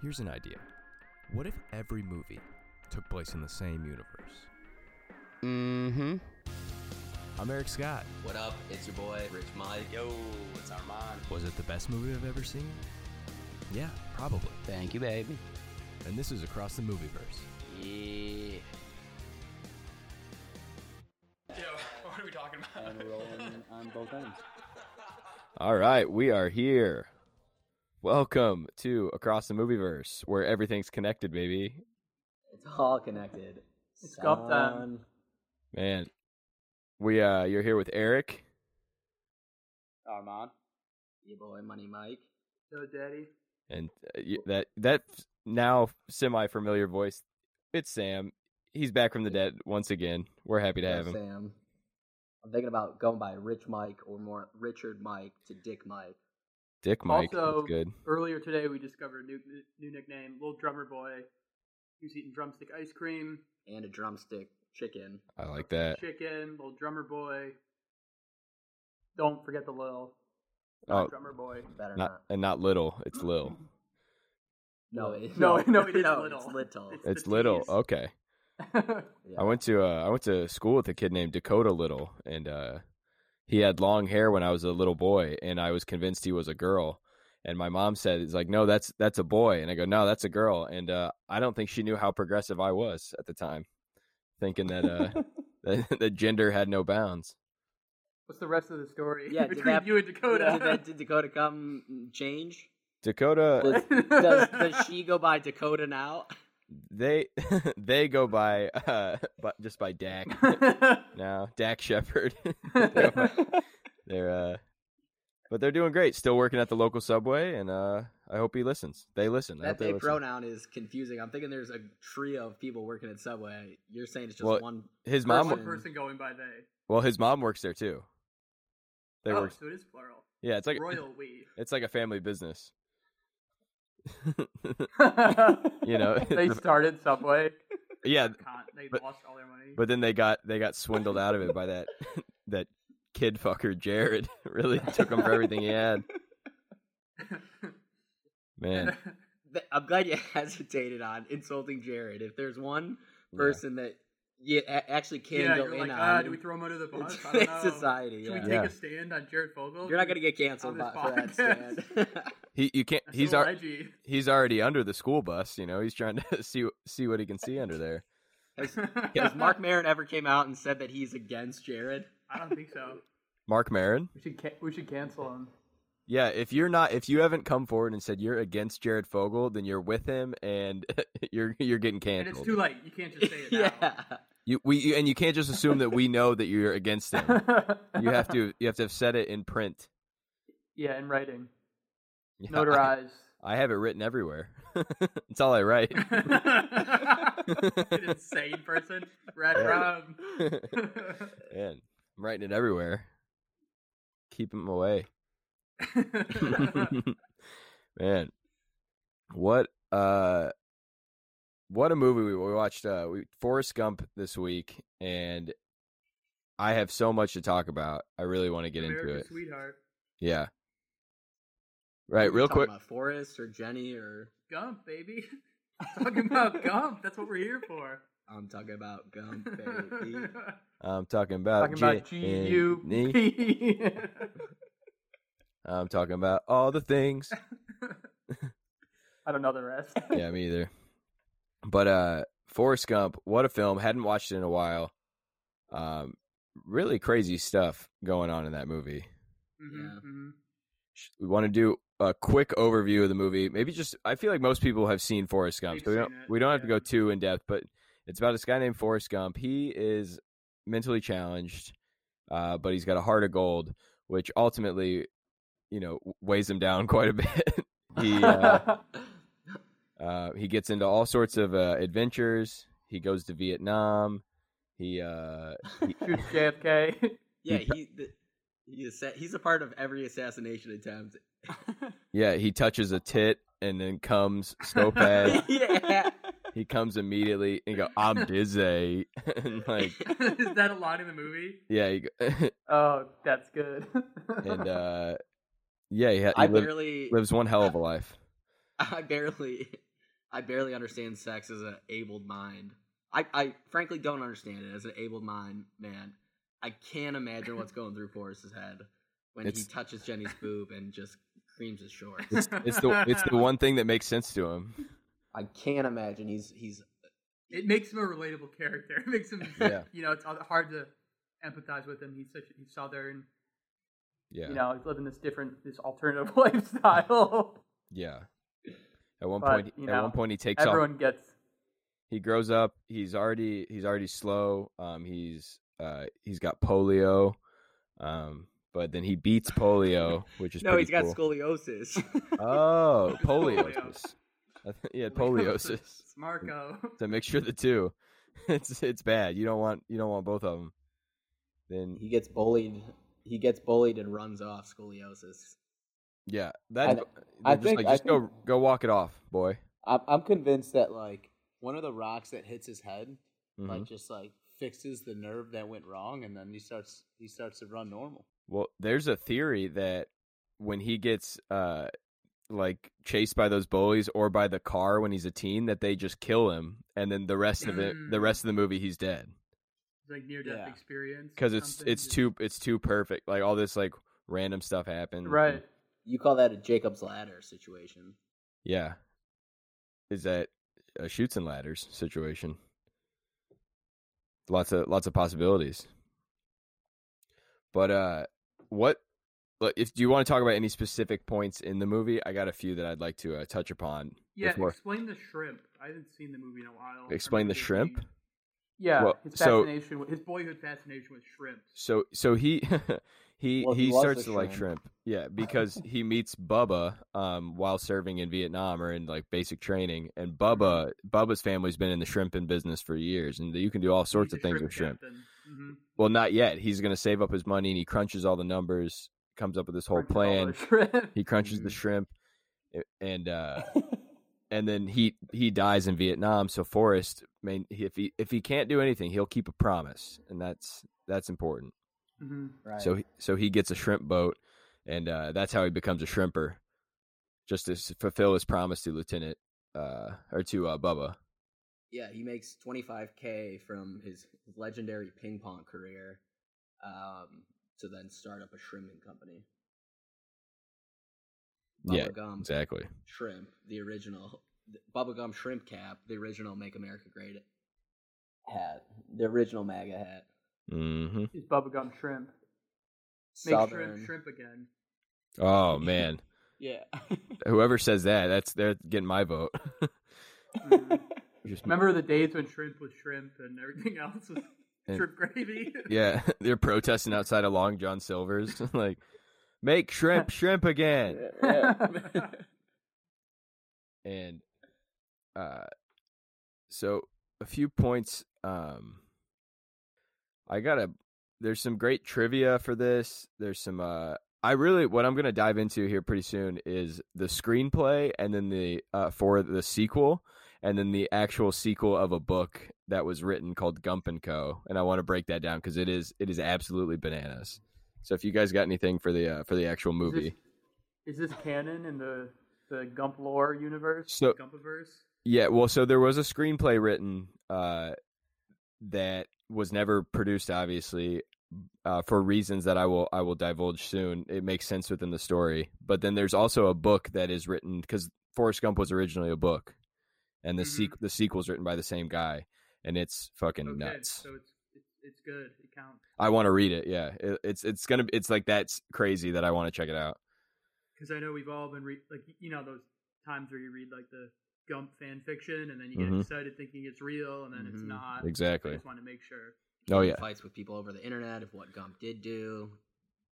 Here's an idea. What if every movie took place in the same universe? Mm-hmm. I'm Eric Scott. What up? It's your boy, Rich Mike. Yo, it's Armand. Was it the best movie I've ever seen? Yeah, probably. Thank you, baby. And this is Across the Movieverse. Yeah. Yo, what are we talking about? And rolling on both ends. All right, we are here. Welcome to Across the Movieverse, where everything's connected, baby. It's all connected. It's golf time. Man, we uh, you're here with Eric. Armand. Your boy, Money Mike. Yo, Daddy. and uh, y- that that now semi familiar voice it's sam he's back from the dead once again we're happy to have him Sam. I'm thinking about going by Rich Mike or more Richard Mike to Dick Mike. dick mike Also- that's good Earlier today, we discovered a new, new nickname, Little Drummer Boy, who's eating drumstick ice cream, And a drumstick chicken. i like that chicken, Little Drummer Boy. Don't forget the Lil. Not oh Drummer Boy. Better not and not little it's lil No, it, No, no, it is no, little. It's little. It's- it's the little T's. okay Yeah. i went to uh i went to school with a kid named dakota little and uh he had long hair when i was a little boy and i was convinced he was a girl and my mom said it's like no that's that's a boy and i go no that's a girl and uh i don't think she knew how progressive i was at the time thinking that uh that, that gender had no bounds. What's the rest of the story Yeah, did between that- you and Did, Dakota? that- did Dakota come mm, change? Dakota, Does, does, does she go by Dakota now? they they go by uh, but just by Dak now, Dak Shepard. they're uh, but they're doing great. Still working at the local subway, and uh, I hope he listens. They listen. I That hope they they listen. pronoun is confusing. I'm thinking there's a trio of people working at Subway. You're saying it's just Well, one. His Mom, mom. one Person. person going by they. Well, his mom works there too. They oh, work. so it is plural. Yeah, it's like Royal we. it's like a family business. you know, they started Subway. yeah, Con- they But- lost all their money. But then they got they got swindled out of it by that that kid fucker Jared. really took him for everything he had. Man, Th- I'm glad you hesitated on insulting Jared. If there's one Yeah. person that you a- actually can yeah, go you're in like, on ah, do we in throw him under the bus? I don't today's know. society, Should we yeah. take Yeah. a stand on Jared Fogle? you're not gonna get canceled on this by- for that podcast. stand. he you can't. That's He's so al- edgy. he's already under the school bus. You know, he's trying to see see what he can see under there. Has Mark Maron ever came out and said that he's against Jared? I don't think so. Mark Marin. We should ca- we should cancel him. Yeah, if you're not if you haven't come forward and said you're against Jared Fogle, then you're with him and you're you're getting And it's canceled. too late. You can't just say it now. yeah. you we you, and you can't just assume that we know that you're against him. You have to you have to have said it in print. Yeah, in writing, Yeah, I- notarized. I have it written everywhere. it's all I write. An insane person. Red rum. Man, I'm writing it everywhere. Keep him away. Man, what uh, what a movie we, we watched. Uh, we Forrest Gump this week, and I have so much to talk about. I really want to get into America's it. Sweetheart. Yeah. Right, real Talking quick. About Forrest or Jenny or Gump, baby. Talking about Gump. That's what we're here for. I'm talking about Gump baby. I'm talking about Talking about G Jenny. U P. I'm talking about all the things. I don't know the rest. yeah, me either. But uh Forrest Gump, what a film. Hadn't watched it in a while. Um really crazy stuff going on in that movie. Mhm, mhm. We want to do a quick overview of the movie. Maybe just I feel like most people have seen Forrest Gump. So They've we don't seen it, we don't have to yeah. go too in depth, but it's about this guy named Forrest Gump. He is mentally challenged, uh, but he's got a heart of gold, which ultimately, you know, weighs him down quite a bit. he uh, mm-hmm. Uh, he gets into all sorts of uh, adventures. He goes to Vietnam. He uh, Shoots JFK. yeah, he the, he assa- he's a part of every assassination attempt. yeah, he touches a tit and then comes so bad. yeah. he comes immediately and go, "I'm dizzy," and like Is that a line in the movie? yeah, he, go- Oh, that's good. and uh, yeah, he, ha- he I live- barely lives one hell of a life. I barely I barely understand sex as an abled mind. I, I frankly don't understand it as an abled mind man. I can't imagine what's going through Forrest's head when It's- he touches Jenny's boob and just creams his shorts. It's, it's the it's the one thing that makes sense to him. I can't imagine he's he's It makes him a relatable character. It makes him, Yeah. you know, it's hard to empathize with him. He's such he's southern. Yeah. You know, he's living this different, this alternative lifestyle. Yeah. At one But, point you at know, one point he takes off Everyone gets. he grows up he's already he's already slow um he's uh he's got polio um but then he beats polio which is no, pretty he's got cool. scoliosis. oh Polio. poliosis I th- yeah poliosis Marco. to mix sure the two it's it's bad you don't want you don't want both of them then he gets bullied. He gets bullied and runs off scoliosis. yeah that's I just think- like I just go go walk it off boy I'm I'm convinced that like one of the rocks that hits his head Mhm. like just like fixes the nerve that went wrong, and then he starts he starts to run normal. Well, there's a theory that when he gets uh like chased by those bullies or by the car when he's a teen that they just kill him and then the rest of it the Mm. rest of the movie he's dead Like near death Yeah. experience. cuz it's something, it's just- too it's too perfect like all this like random stuff happens Right. You call that a Jacob's ladder situation? yeah is that a shoots and ladders situation lots of lots of possibilities but uh what look, if do you want to talk about any specific points in the movie i got a few that i'd like to uh, touch upon Yeah, before. explain the shrimp. I haven't seen the movie in a while. I Explain the remember it shrimp? being- Yeah, Well, his so- fascination, with, his boyhood fascination with shrimps. So so he he Well, he, he was starts a to like shrimp. shrimp. Yeah, because he meets Bubba um while serving in Vietnam or in like basic training and Mm-hmm. Bubba Bubba's family's been in the shrimping business for years and you can do all sorts of things with shrimp. Mm-hmm. Well, not yet. He's going to save up his money and he crunches all the numbers, comes up with this whole plan. He crunches the Mhm. shrimp and uh and then he he dies in Vietnam. So Forrest, main, if he if he can't do anything, he'll keep a promise, and that's that's important. hmm right. So he- so he gets a shrimp boat, and uh, that's how he becomes a shrimper, just to s- fulfill his promise to Lieutenant uh, or to uh, Bubba. yeah, he makes 25k from his legendary ping pong career um, to then start up a shrimping company. Bubba Yeah, Gum Exactly. Shrimp, the original Bubba Gum Shrimp Cap, the original Make America Great hat, the original MAGA hat. hmm He's bubblegum shrimp. Make shrimp shrimp again. Oh man, Yeah. whoever says that, that's they're getting my vote. Mhm. Just- Remember the days when shrimp was shrimp and everything else was And- shrimp gravy? yeah, they're protesting outside of Long John Silver's, like make shrimp shrimp again. and uh so a few points um i gotta there's some great trivia for this there's some uh i really what i'm gonna dive into here pretty soon is the screenplay and then the uh for the sequel and then the actual sequel of a book that was written called gump and co and i want to break that down because it is it is absolutely bananas so if you guys got anything for the uh, for the actual Is movie this, is this canon in the the Gump lore universe? So- Gumpaverse? Yeah, well, so there was a screenplay written uh, that was never produced, obviously, uh, for reasons that I will I will divulge soon. It makes sense within the story, but then there's also a book that is written because Forrest Gump was originally a book, and the sequ- the sequel's written by the same guy, and it's fucking Mm-hmm. Okay, nuts. so it's, it's it's good. It counts I want to read it. Yeah, it, it's it's gonna it's like that's crazy that I want to check it out. because I know we've all been re- like you know those times where you read like the Gump fan fiction and then you get Mhm. excited thinking it's real and then it's Mhm. not. I Mm-hmm. Exactly. just want to make sure. Oh yeah. Fights with people over the internet of what Gump did do.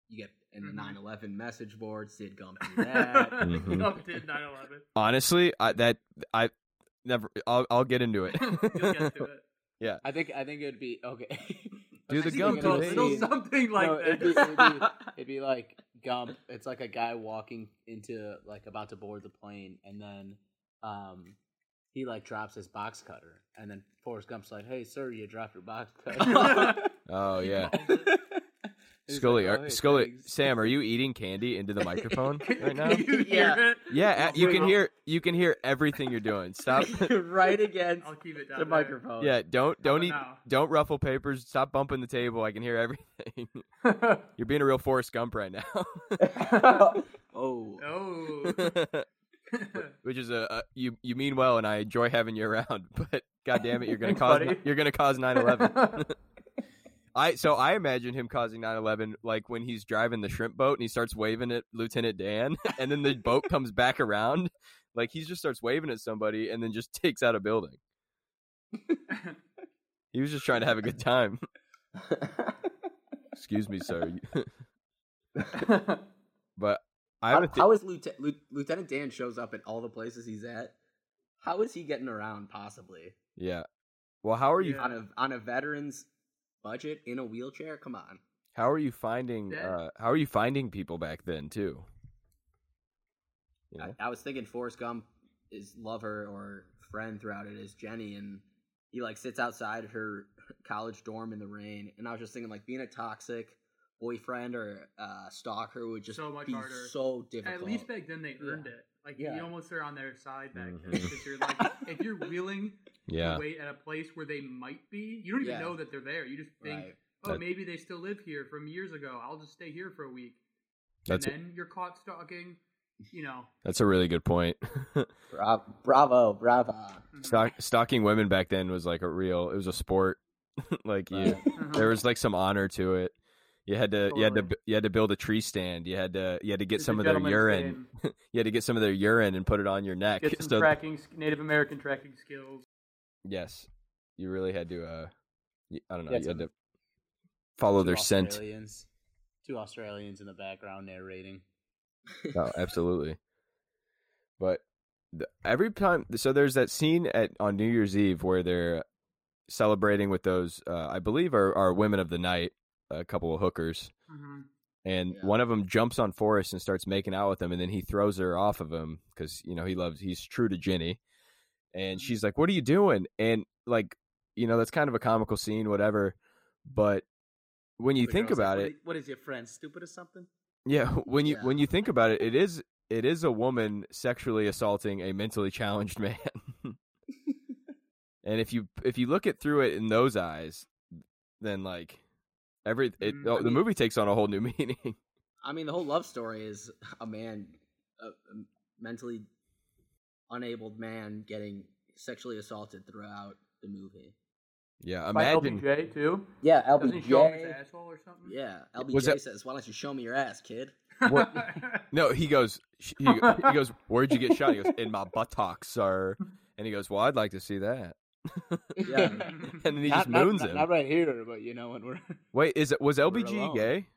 You get in the Mhm. 9/11 message boards. Did Gump do that? Mhm. Gump did 9/11. Honestly, I that I never. I'll I'll get into it. You'll get to it. I think I think it would be okay. Do the I think Gump it Little- would today. little be- something like No, it'd be- it'd that. It'd be like Gump. It's like a guy walking into like about to board the plane, and then um, he like drops his box cutter, and then Forrest Gump's like, "Hey, sir, you dropped your box cutter." oh yeah. He's Scully, like, are, "Oh, Scully, thanks." Sam, are you eating candy into the microphone right now? Can you Yeah. hear it? Yeah, a- you can Wait, hear you can hear everything you're doing. Stop. right against I'll keep it down. the there. microphone. Yeah, don't don't e- Oh, eat, no. don't ruffle papers. Stop bumping the table. I can hear everything. You're being a real Forrest Gump right Oh. Oh. now. which is a, a you you mean well, and I enjoy having you around. But God damn it, you're gonna Thanks, cause buddy. ni- you're gonna cause 9/11. I so I imagine him causing 9/11 like when he's driving the shrimp boat and he starts waving at Lieutenant Dan, and then the boat comes back around, like he just starts waving at somebody and then just takes out a building. He was just trying to have a good time. Excuse me, sir. But I have How, a thi- how is Lieutenant, Lieu- Lieutenant Dan shows up at all the places he's at? How is he getting around possibly yeah. Well, how are you? Yeah. on a on a veteran's budget in a wheelchair? Come on. How are you finding? Yeah. Uh, how are you finding people back then too? You know? I, I was thinking Forrest Gump is lover or friend throughout it is Jenny, and he like sits outside her college dorm in the rain. And I was just thinking like being a toxic boyfriend or uh, stalker would just So much be harder. so difficult. At least back then they earned it. Like Yeah. you almost are on their side back then Mhm. because you're like if you're willing yeah. to wait at a place where they might be, you don't even Yeah. know that they're there. You just think, Right. oh, That- maybe they still live here from years ago. I'll just stay here for a week. That's it. and then you're caught stalking. You know, That's a really good point. Bra- bravo, bravo. Stock, stalking women back then was like a real. It was a sport. like you, Uh-huh. there was like some honor to it. You had to, you had to, Totally. bu- you had to build a tree stand. You had to, you had to get some of their urine. You had to get some of their urine and put it on your neck. Get some So- tracking, Native American tracking skills. yes, you really had to. uh y- I don't know. Yeah, you it's had a- to follow Two their scent. Australians- Two Australians in the background narrating. Oh, absolutely. But the, every time, so there's that scene at on New Year's Eve where they're celebrating with those, uh, I believe, are, are women of the night, a couple of hookers, Mm-hmm. and Yeah. one of them jumps on Forrest and starts making out with him, and then he throws her off of him because you know he loves, he's true to Ginny, and she's like, "What are you doing?" And like, you know, that's kind of a comical scene, whatever. But when you The think girl's like, about "What it, i- What is your friend stupid or something? yeah, when you Yeah. when you think about it, it is it is a woman sexually assaulting a mentally challenged man. and if you if you look it through it in those eyes, then like every it, Mm, oh, I the mean- movie takes on a whole new meaning. I mean, the whole love story is a man, a a mentally unabled man getting sexually assaulted throughout the movie. yeah, By imagine LBJ too. Yeah, Doesn't he show him his asshole or something? Yeah, Was LBJ that- says, "Why don't you show me your ass, kid?" What- no. He goes sh- he, he goes. Where'd you get shot? He goes in my buttocks, sir. And he goes, well, I'd like to see that. Yeah, And then he just Not- not- moons not, him. not right here, but you know when we're Wait, is it was LBG alone. gay?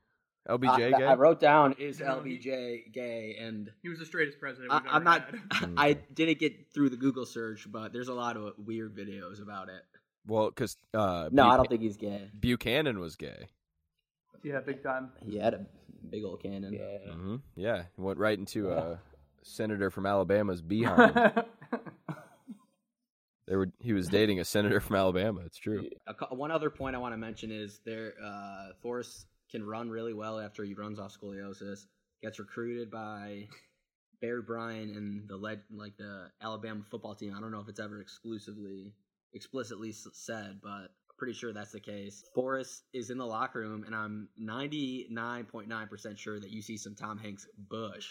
I, LBJ I gay? wrote down is No, he- LBJ gay, and he was the straightest president. I, We've I'm ever not. had. I didn't get through the Google search, but there's a lot of weird videos about it. well, because uh, No, I Buch- don't think he's gay. Buchanan was gay. Yeah, big time. He had a big old cannon. yeah. hmm Yeah, it went right into uh, senator from Alabama's behind. That's they were he was dating a senator from Alabama. It's true. A cou- one other point I want to mention is there. Uh, Forrest can run really well after he runs off scoliosis. Gets recruited by Barry Bryan and the leg, like the Alabama football team. I don't know if it's ever exclusively explicitly s- said, but I'm pretty sure that's the case. Forrest is in the locker room, and I'm 99.9% sure that you see some Tom Hanks bush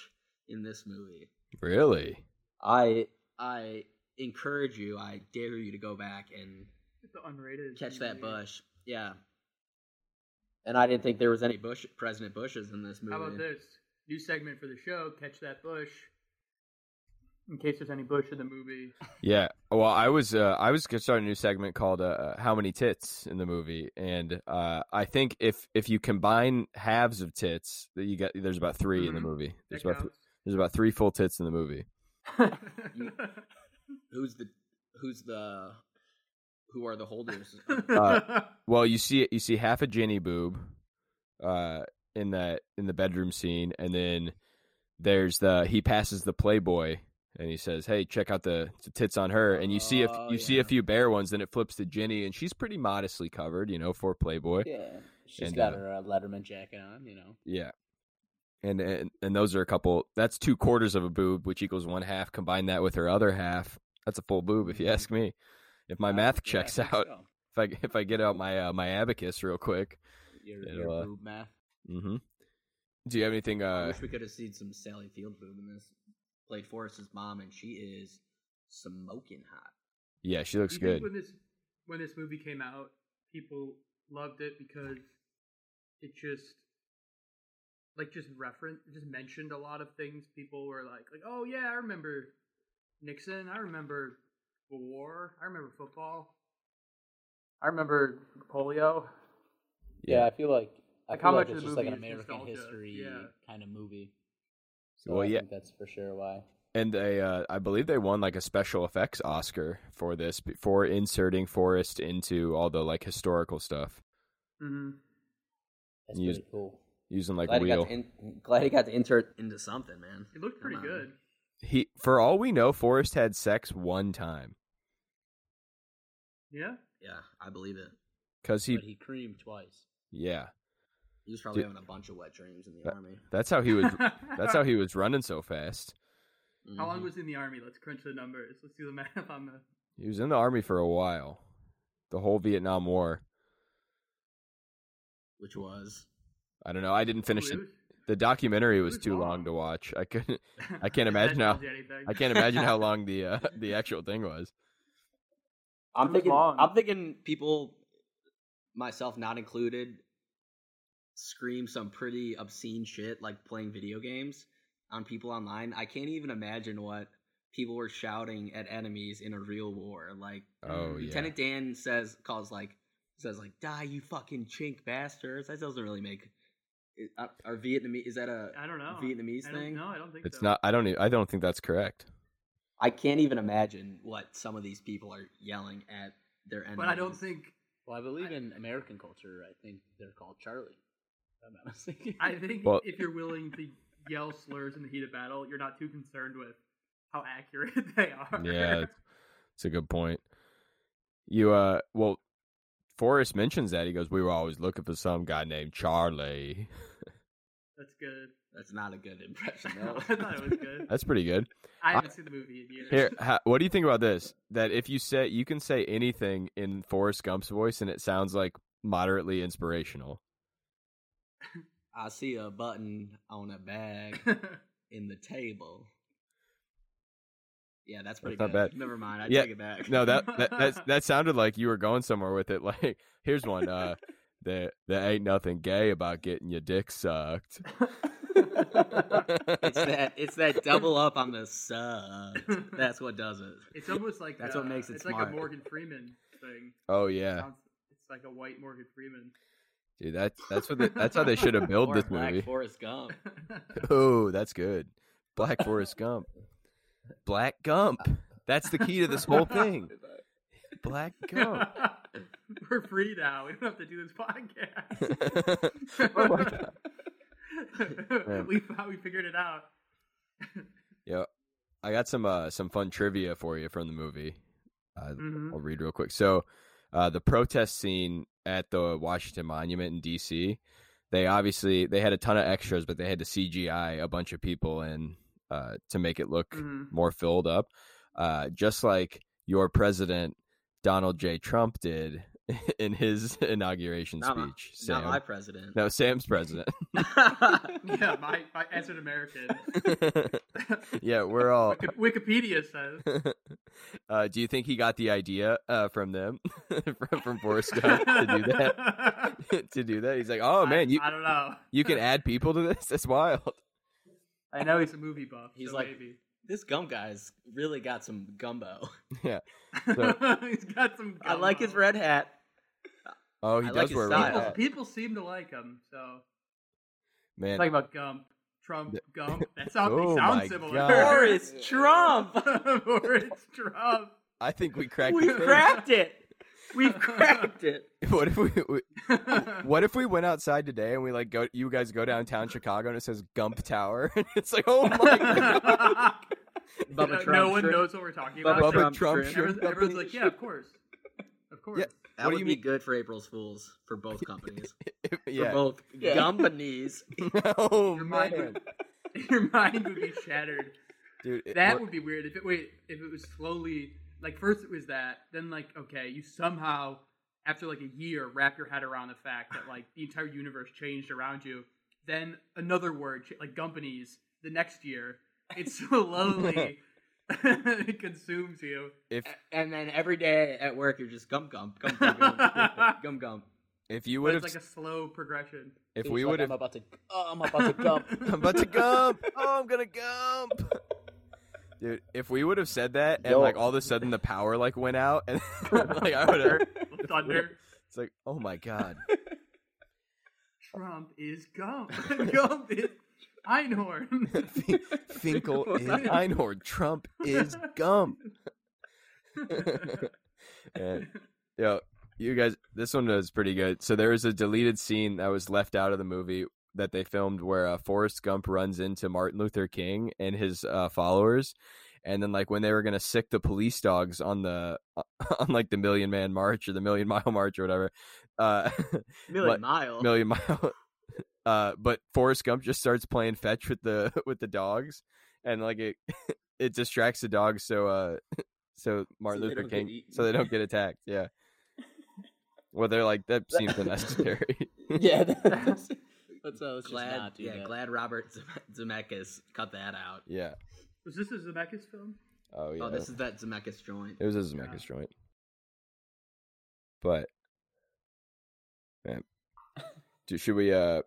in this movie. Really? I I encourage you. I dare you to go back and the unrated. catch movie. that Bush. Yeah. And I didn't think there was any Bush President Bushes in this movie. How about this new segment for the show? Catch that Bush. In case there's any Bush in the movie, Yeah. Well, I was uh, I was gonna start a new segment called uh, uh, "How Many Tits" in the movie, and uh, I think if if you combine halves of tits, that you got there's about 3 in the Mhm. movie. that There's about th- there's about three full tits in the movie. counts. Who's the who's the who are the holders? of- Well, you see it. You see half a Jenny boob, uh, in that in the bedroom scene, and then there's the he passes the Playboy and he says, "Hey, check out the, the tits on her." And you see if Oh, you see a yeah. few bare ones, then it flips to Jenny, and she's pretty modestly covered, you know, for Playboy. yeah. She's And, got uh, her uh, Letterman jacket on, you know. Yeah. And, and and those are a couple that's two quarters of a boob, which equals one half. Combine that with her other half. That's a full boob if you ask me. If my Uh, math yeah, I checks think out, so. if I if I get out my uh, my abacus real quick. Your, It'll, your uh, boob math. Mm-hmm. Do you have anything I uh wish we could have seen some Sally Field boob in this. Played Forrest's mom, and she is smoking hot. yeah, she looks Do you good. think When this when this movie came out, people loved it because it just like just reference just mentioned a lot of things. People were like, like, oh yeah, I remember Nixon. I remember the war. I remember football. I remember polio. Yeah, I feel like I Like, feel how like much it's of just the like an movie is American nostalgia? history Yeah. kind of movie. So Well, I yeah. think that's for sure why. And they, uh, I believe they won like a special effects Oscar for this b- for inserting Forrest into all the like historical stuff Mm-hmm. That's You- pretty cool. using like glad, he wheel. got to in- glad he got to insert into something, man. It looked Come pretty on. good. he for all we know, Forrest had sex one time Yeah. Yeah, I believe it. because he, but he creamed twice. yeah, He was probably Dude. having a bunch of wet dreams in the That- army. that's how he was. that's how he was running so fast. How long Mhm. was he in the army? Let's crunch the numbers. Let's do the math on the. He was in the army for a while, the whole Vietnam War. Which was I don't know. I didn't finish it. Ooh, The documentary was was too long long. to watch. I couldn't. it- I can't If that imagine how- tells you anything. I can't imagine how long the uh, the actual thing was. I'm It was thinking. long. I'm thinking people, myself not included, scream some pretty obscene shit like playing video games on people online. I can't even imagine what people were shouting at enemies in a real war. Like Oh yeah. Lieutenant Dan says, calls like says like, "Die, you fucking chink bastards." That doesn't really make. Is- Are are Vietnamese? Is that a? I don't know. Vietnamese I don't- thing? No, I don't think It's so. not. I don't. e- I don't think that's correct. I can't even imagine what some of these people are yelling at their enemies. But I don't think. Well, I believe in American culture. I think they're called Charlie. if I'm not mistaken. I think Well- if you're willing to yell slurs in the heat of battle, you're not too concerned with how accurate they are. Yeah, It's a good point. You uh, well, Forrest mentions that he goes, "We were always looking for some guy named Charlie." that's good. that's not a good impression. I No. thought it was good. That's pretty good. I haven't seen the movie in years. Here, ha, what do you think about this? That if you say you can say anything in Forrest Gump's voice, and it sounds like moderately inspirational. I see a button on a bag in the table. Yeah, that's pretty That's not good. bad. Never mind, I Yeah, take it back. No, that that that, that sounded like you were going somewhere with it. Like, here's one. Uh, there there ain't nothing gay about getting your dick sucked. it's that it's that double up on the sub. That's what does it. it's almost like That's uh, what makes it It's like smart. a Morgan Freeman thing. oh yeah. Sounds- It's like a white Morgan Freeman. Dude, that that's what they, that's how they should have built Or this Black movie. Forrest Gump. Oh, that's good. Black Forrest Gump. Black Gump. That's the key to this whole thing. Black Gump. We're free now. We don't have to do this podcast. Oh my God. Man. we found, we figured it out. I got some uh, some fun trivia for you from the movie. Uh, Mm-hmm. Mhm. I'll read real quick. So, uh, the protest scene at the Washington Monument in D.C. They obviously they had a ton of extras, but they had to CGI a bunch of people and uh, to make it look Mhm. more filled up, uh, just like your president Donald J. Trump did in his inauguration Not my- speech. Not Sam, my president. no, Sam's president. Yeah, my, my as an American. yeah, we're all. Wiki- Wikipedia says. uh, do you think he got the idea uh, from them, from, from Forrest Gump to do that? to do that, he's like, "Oh man, you I, I don't know. you can add people to this. That's wild." I know he's a movie buff. He's so like- maybe. this Gump guy's really got some gumbo. he's got some. I like his gumbo. red hat. Oh, he I like does his wear a style. red People, hat. people seem to like him. So man. talking about Gump, Trump, Gump. That sounds Oh they sound my similar. God. Or it's Trump. or it's Trump. I think we cracked. We've the code. cracked it. We've cracked it. What if we, we What if we went outside today and we like go? You guys go downtown Chicago and it says Gump Tower. it's like, oh my god, Bubba no Trump one shrimp. knows what we're talking Bubba Bubba about. Trump Trump shrimp. shrimp Everyone's, everyone's company. like, yeah, of course, of course. Yeah. That What do would you be mean- good for April's Fools for both companies. For yeah. both Yeah. companies. oh Your mind man, Your mind would be shattered. dude. it- That what- would be weird. If it wait, if it was slowly, like first it was that, then like okay, you somehow after like a year wrap your head around the fact that like the entire universe changed around you. Then another word ch- like companies the next year. It slowly consumes you. if and then every day at work, you're just gum gum gum gum gum gum gum. if you But would have it's like a slow progression. if It's we like, would have I'm about to. Oh, I'm about to gump. I'm about to gump. Oh, I'm gonna gump. Dude, if we would have said that and Yo. like all of a sudden the power like went out and like I would have Thunder. it's like, oh my god. Trump is gump. gump is Einhorn. Fin- Finkel is Einhorn. Trump is Gump. And, yo, you guys, this one was pretty good. So there was a deleted scene that was left out of the movie that they filmed where uh, Forrest Gump runs into Martin Luther King and his uh, followers, and then like when they were gonna sick the police dogs on the on like the Million Man March or the Million Mile March or whatever, uh, Million What? mile. million mile. Uh, but Forrest Gump just starts playing fetch with the with the dogs, and like it it distracts the dogs so uh so Martin they Luther don't get King eaten. so they don't get attacked. Yeah. Well, they're like that seems unnecessary. yeah, that's, that's how it's glad, just not do yeah, that. glad Robert Zem- Zemeckis cut that out. yeah. Was this a Zemeckis film? Oh yeah. Oh, this is that Zemeckis joint. it was a Zemeckis joint, but man, do, should we uh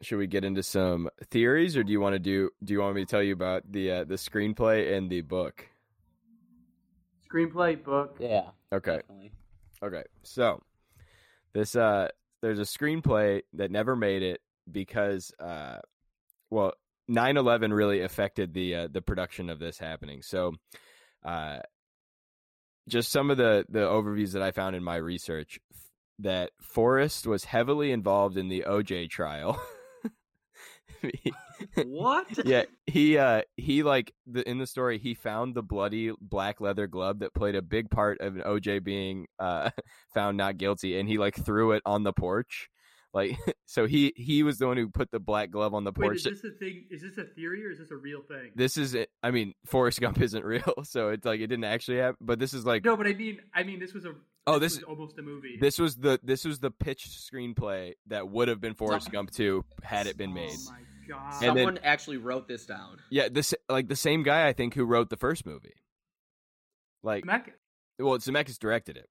should we get into some theories or do you want to do do you want me to tell you about the uh, the screenplay and the book? Screenplay, book. Yeah, Okay. definitely. Okay. So this uh there's a screenplay that never made it because uh well 9/11 really affected the uh, the production of this happening. So uh just some of the the overviews that I found in my research f- that Forrest was heavily involved in the OJ trial. What? yeah he uh he like the, in the story he found the bloody black leather glove that played a big part of an oj being uh found not guilty and he like threw it on the porch like so he he was the one who put the black glove on the Wait, porch is this a thing? Is this a theory or is this a real thing? this is it i mean forrest gump isn't real so it's like it didn't actually happen but this is like no, but I mean, I mean, this was a. Oh, this- was almost a movie. this was the this was the pitched screenplay that would have been forrest gump 2 had it been made Oh my god! And then- Someone actually wrote this down. yeah this like the same guy i think who wrote the first movie like Zemeckis. well zemeckis directed it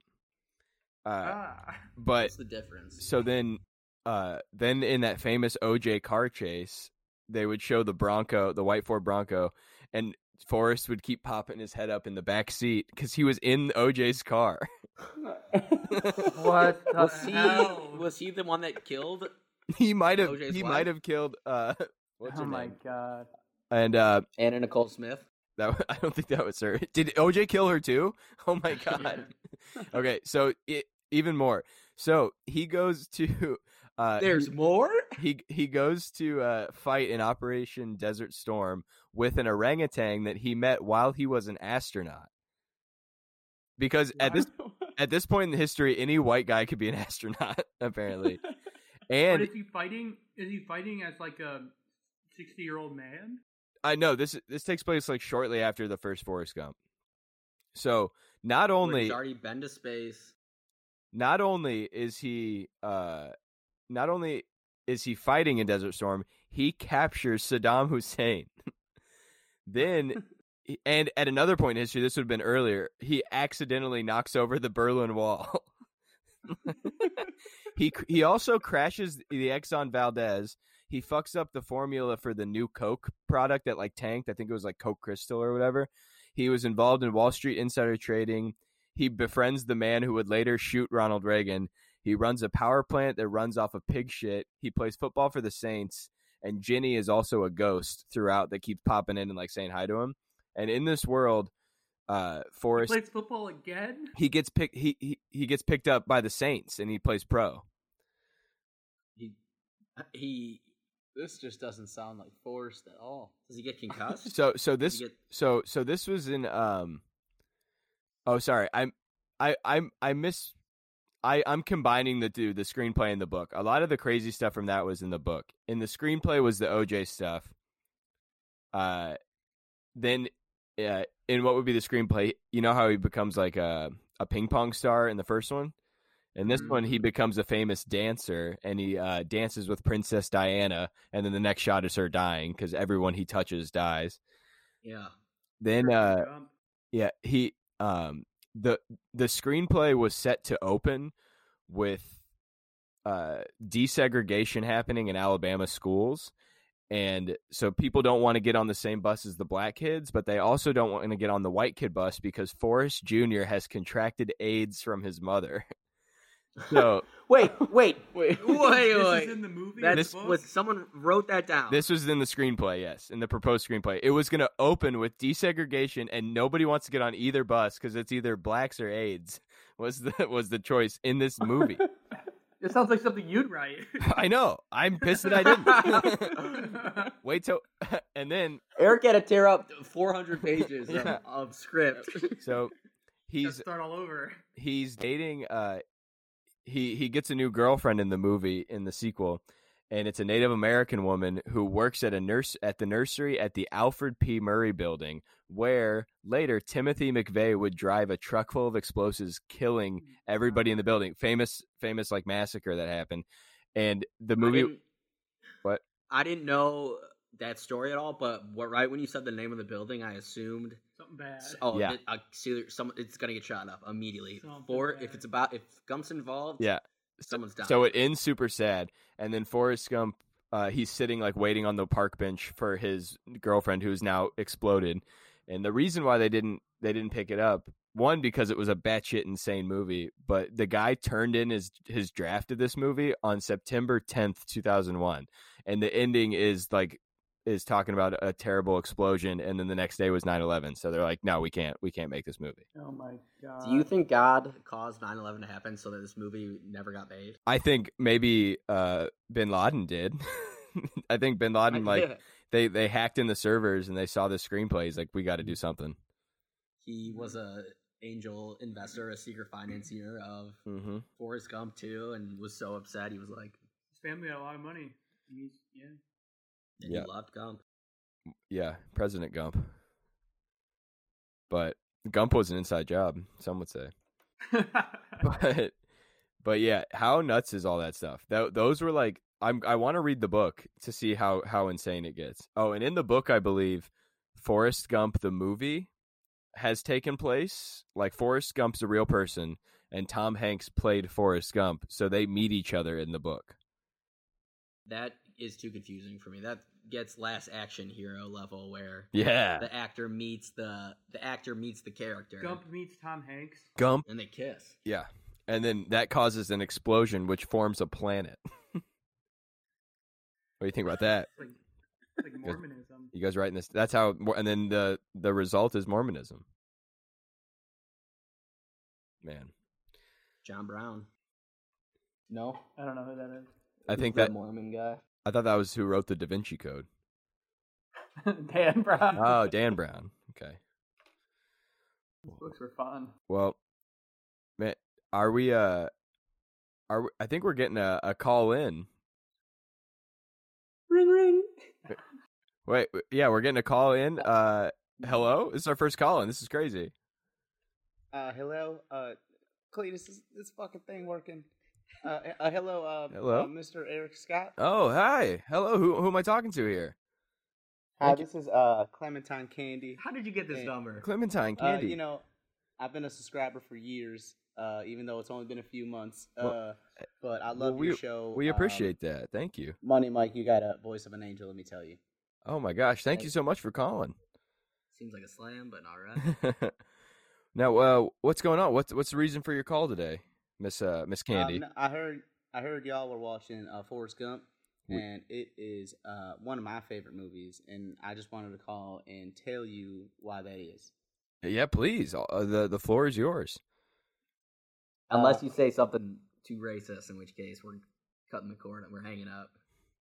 uh, Ah. but What's the difference? so then uh then in that famous OJ car chase, they would show the Bronco, the white Ford Bronco, and Forrest would keep popping his head up in the back seat cuz he was in OJ's car. What the Was he, hell? was he the one that killed? he might have OJ's he wife? might have killed uh what's her name? Oh god! And uh Anna Nicole Smith. that I don't think that was her. Did OJ kill her too? Oh my god. okay, so it, even more. So he goes to uh There's more. he he goes to uh, fight in Operation Desert Storm with an orangutan that he met while he was an astronaut. Because at this at this point in the history, any white guy could be an astronaut, apparently. But And is he fighting? Is he fighting as like a sixty-year-old man? I know this this takes place like shortly after the first Forrest Gump. So not only He's already been to space. not only is he uh not only is he fighting in Desert Storm, he captures Saddam Hussein. then and at another point in history, this would have been earlier, he accidentally knocks over the Berlin Wall. he he also crashes the Exxon Valdez. He fucks up the formula for the new Coke product that like tanked. I think it was like Coke Crystal or whatever. He was involved in Wall Street insider trading. He befriends the man who would later shoot Ronald Reagan. He runs a power plant that runs off of pig shit. He plays football for the Saints, and Ginny is also a ghost throughout that keeps popping in and like saying hi to him. And in this world, uh, Forrest Plays football again? he gets picked he, he he gets picked up by the Saints and he plays pro. He he This just doesn't sound like forced at all. does he get concussed? So so Does this he get- so so this was in um oh sorry I'm I I'm I miss I, I'm combining the two, the screenplay and the book. A lot of the crazy stuff from that was in the book. In the screenplay was the OJ stuff. Uh, then uh, in what would be the screenplay, you know how he becomes like a a ping pong star in the first one. In this Mhm. one, he becomes a famous dancer and he uh, dances with Princess Diana. And then the next shot is her dying because everyone he touches dies. Yeah. Then, Forrest uh, Gump. yeah, he um the the screenplay was set to open with uh desegregation happening in Alabama schools. And so people don't want to get on the same bus as the black kids, but they also don't want to get on the white kid bus because Forrest Jr. has contracted AIDS from his mother. So Wait, wait, wait. Wait, this wait. is in the movie. That this was someone wrote that down. This was in the screenplay, yes, in the proposed screenplay. It was going to open with desegregation, and nobody wants to get on either bus because it's either blacks or AIDS. Was the was the choice in this movie? It sounds like something you'd write. I know. I'm pissed that I didn't. Wait till, and then Eric had to tear up 400 pages Yeah. of, of script. so Gotta he's start all over. he's dating uh he he gets a new girlfriend in the movie in the sequel and it's a Native American woman who works at a nurse at the nursery at the Alfred P Murray building where later Timothy McVeigh would drive a truck full of explosives killing everybody in the building famous famous like massacre that happened and the I movie didn't- What? I didn't know that story at all, but what, right when you said the name of the building, I assumed Something bad. oh Yeah. yeah, I see there- some it's gonna get shot up immediately. Something For bad. if it's about if Gump's involved, Yeah. someone's dying. so it ends super sad and then Forrest Gump uh, he's sitting like waiting on the park bench for his girlfriend who's now exploded and the reason why they didn't they didn't pick it up one because it was a batshit insane movie but the guy turned in his his draft of this movie on September 10th 2001 and the ending is like is talking about a terrible explosion and then the next day was 9/11 so they're like no we can't we can't make this movie Oh my god. do you think God caused 9-11 to happen so that this movie never got made? i think maybe uh bin laden did i think bin laden like Yeah. they they hacked in the servers and they saw the screenplay. He's like, we got to do something. he was a angel investor, a secret financier of Mm-hmm. Forrest Gump too, and was so upset he was like, His family had a lot of money. He's, yeah. and Yeah. he loved Gump. Yeah, President Gump. But Gump was an inside job, some would say. But but yeah, how nuts is all that stuff? Tho- those were like, I'm I want to read the book to see how how insane it gets. Oh, and in the book, I believe Forrest Gump the movie has taken place. Like Forrest Gump's a real person, and Tom Hanks played Forrest Gump, so they meet each other in the book. That is too confusing for me. That gets last action hero level where Yeah, the actor meets the the actor meets the character Gump meets Tom Hanks. Gump and they kiss. Yeah. And then that causes an explosion which forms a planet. what do you think about that? It's like, it's like Mormonism. You guys writing this? That's how and then the the result is Mormonism. Man. John Brown. No, I don't know who that is. I think the that Mormon guy. I thought that was who wrote the Da Vinci Code. Dan Brown. Ah. Oh, Dan Brown. Okay. Those books were fun. Well, man, are we uh are we, I think we're getting a, a call in. Ring ring. Wait, w- yeah, we're getting a call in. Uh hello? This is our first call in. This is crazy. Uh, hello, uh, Cletus, is this fucking thing working? Uh, uh hello, uh, Hello? uh, Mr. Eric Scott. Oh, hi. Hello. Who who am I talking to here? Hi, this is uh Clementine Candy. How did you get this Hey. number? Clementine Uh, Candy. you know, I've been a subscriber for years, uh, even though it's only been a few months. Uh, Well, but I love well, your show. we um, appreciate that. Thank you. Money, Mike. You got a voice of an angel. Let me tell you. Oh my gosh, thank you thank- so much for calling. Seems like a slam, but all right. Uh, now, uh, what's going on? What's what's the reason for your call today, Miss uh, Miss Um, Candy? no, I heard, I heard y'all were watching uh, Forrest Gump, We- and it is uh one of my favorite movies. And I just wanted to call and tell you why that is. Yeah, please. Uh, the the floor is yours. Unless you say something too racist, in which case we're cutting the cord and we're hanging up.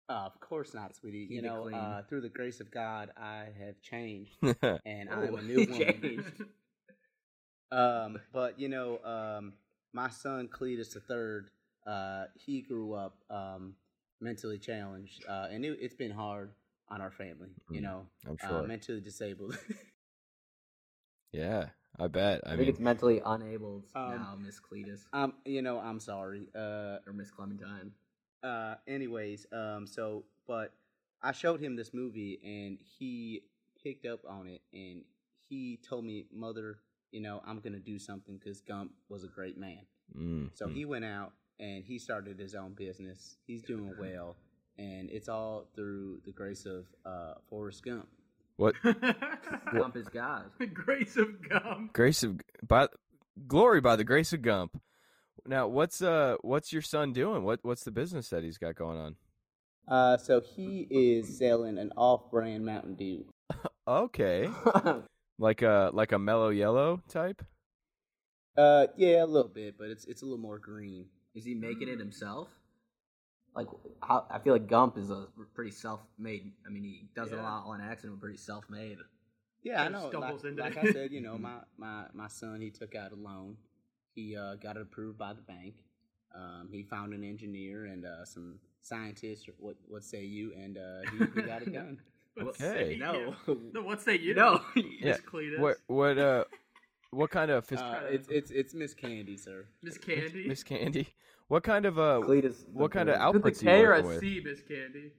Uh, of course not, sweetie. Keep you it know, clean. uh, through the grace of God, I have changed, and I am Oh, a new he woman. changed. Um, but you know, um, my son Cletus the third, uh, he grew up um, mentally challenged, uh, and it, it's been hard on our family. You Mm, know, I'm uh, sure. mentally disabled. yeah, I bet. I, I think mean, it's mentally unabled Um, now, Miss Cletus um, you know, I'm sorry. Uh, or Miss Clementine. uh anyways um so but i showed him this movie and he picked up on it and he told me mother you know i'm gonna do something because gump was a great man mm, so Hmm. mm. he went out and he started his own business he's doing well and it's all through the grace of uh forrest gump what Gump is God. the grace of Gump. grace of by glory by the grace of Gump. Now, what's uh, what's your son doing? What what's the business that he's got going on? uh so he is selling an off-brand mountain dew Uh, Okay, like a like a mellow yellow type. uh yeah a little bit but it's it's a little more green is he making it himself? Like, how, I feel like Gump is a pretty self-made. I mean, he does it a Yeah. lot on accident, but pretty self-made. Yeah, I kinda know. Like, stumbles into like it. I said, you know, my, my, my son, he took out a loan. He uh, got it approved by the bank. Um, he found an engineer and uh, some scientists, or what what say you, and uh, he, he got it done. What Okay. say No. you? No, what say you? No. Miss Cletus. What what uh, what kind of Uh, try to- it's it's it's Miss Candy, sir. Miss Candy. Miss Candy? What kind of uh, Cletus. the what kind of boy. Put outputs the you K or working a with? C, Miss Candy.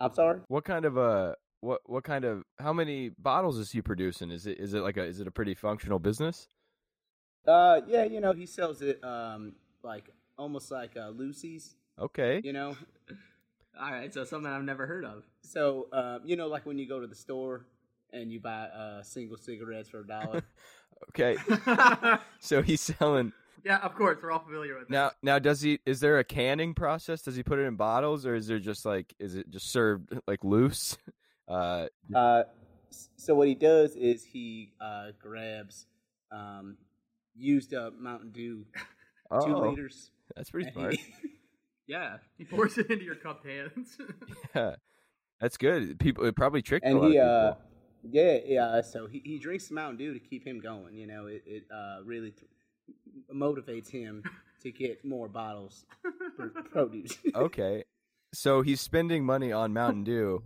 I'm sorry. What kind of uh, what what kind of how many bottles is he producing? Is it is it like a is it a pretty functional business? Uh, yeah, you know, he sells it um like almost like uh, Lucy's, Okay, you know. All right, so something I've never heard of. So um, you know, like when you go to the store and you buy uh single cigarettes for a dollar. okay. So he's selling yeah, of course, we're all familiar with that. Now, now, does he? Is there a canning process? Does he put it in bottles, or is there just like, is it just served like loose? Uh, Uh, s- so what he does is he uh, grabs um, used up Mountain Dew, two oh, liters. that's pretty and smart. he- Yeah. He pours it into your cupped hands. yeah, that's good. People, it probably tricked a and lot he, of uh, people. yeah, yeah. So he, he drinks Mountain Dew to keep him going. You know, it, it uh, really th- motivates him to get more bottles for produce. okay, so he's spending money on Mountain Dew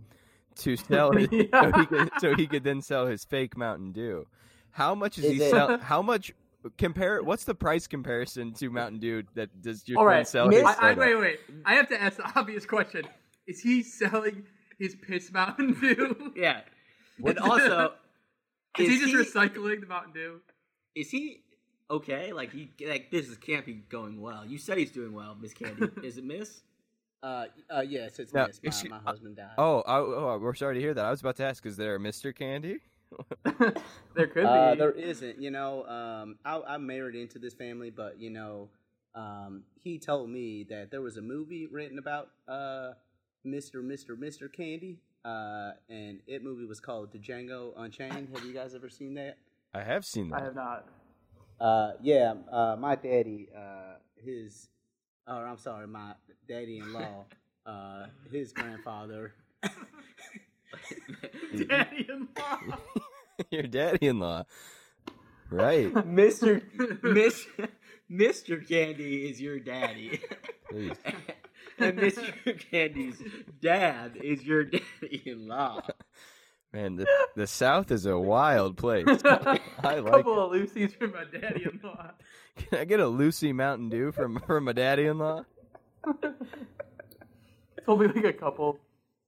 to sell it, so, Yeah. he could, so he could then sell his fake Mountain Dew. How much is, Is he it- sell? How much? Compare what's the price comparison to Mountain Dew that does your All son right, sell? I, his I, soda? wait, wait. I have to ask the obvious question: Is he selling his piss Mountain Dew? Yeah. What- And also, Is, Is he he- just recycling the Mountain Dew? is he okay? Like he like this is, can't be going well. You said he's doing well, Miss Candy. is it Miss? Uh, uh, yes, it's Now, missed. My, excuse- my husband died. Uh, Oh, I, oh, we're sorry to hear that. I was about to ask, is there a Mr. Candy? There could Uh, be. there isn't, you know. Um, I, I'm married into this family, but you know, um, he told me that there was a movie written about uh, Mr. Mr. Mr. Candy, uh, and it movie was called Django Unchained. Have you guys ever seen that? I have seen that. I have not. Uh, yeah, uh, my daddy, uh, his, or I'm sorry, my daddy-in-law, uh, his grandfather. Daddy in law. Your daddy-in-law, right? Mister Miss Mister Candy is your daddy, Please. and Mister Candy's dad is your daddy-in-law. Man, the, the South is a wild place. I like. Couple of Lucy's from my daddy in law. It. Can I get a Lucy Mountain Dew from from a daddy-in-law? It's only like a couple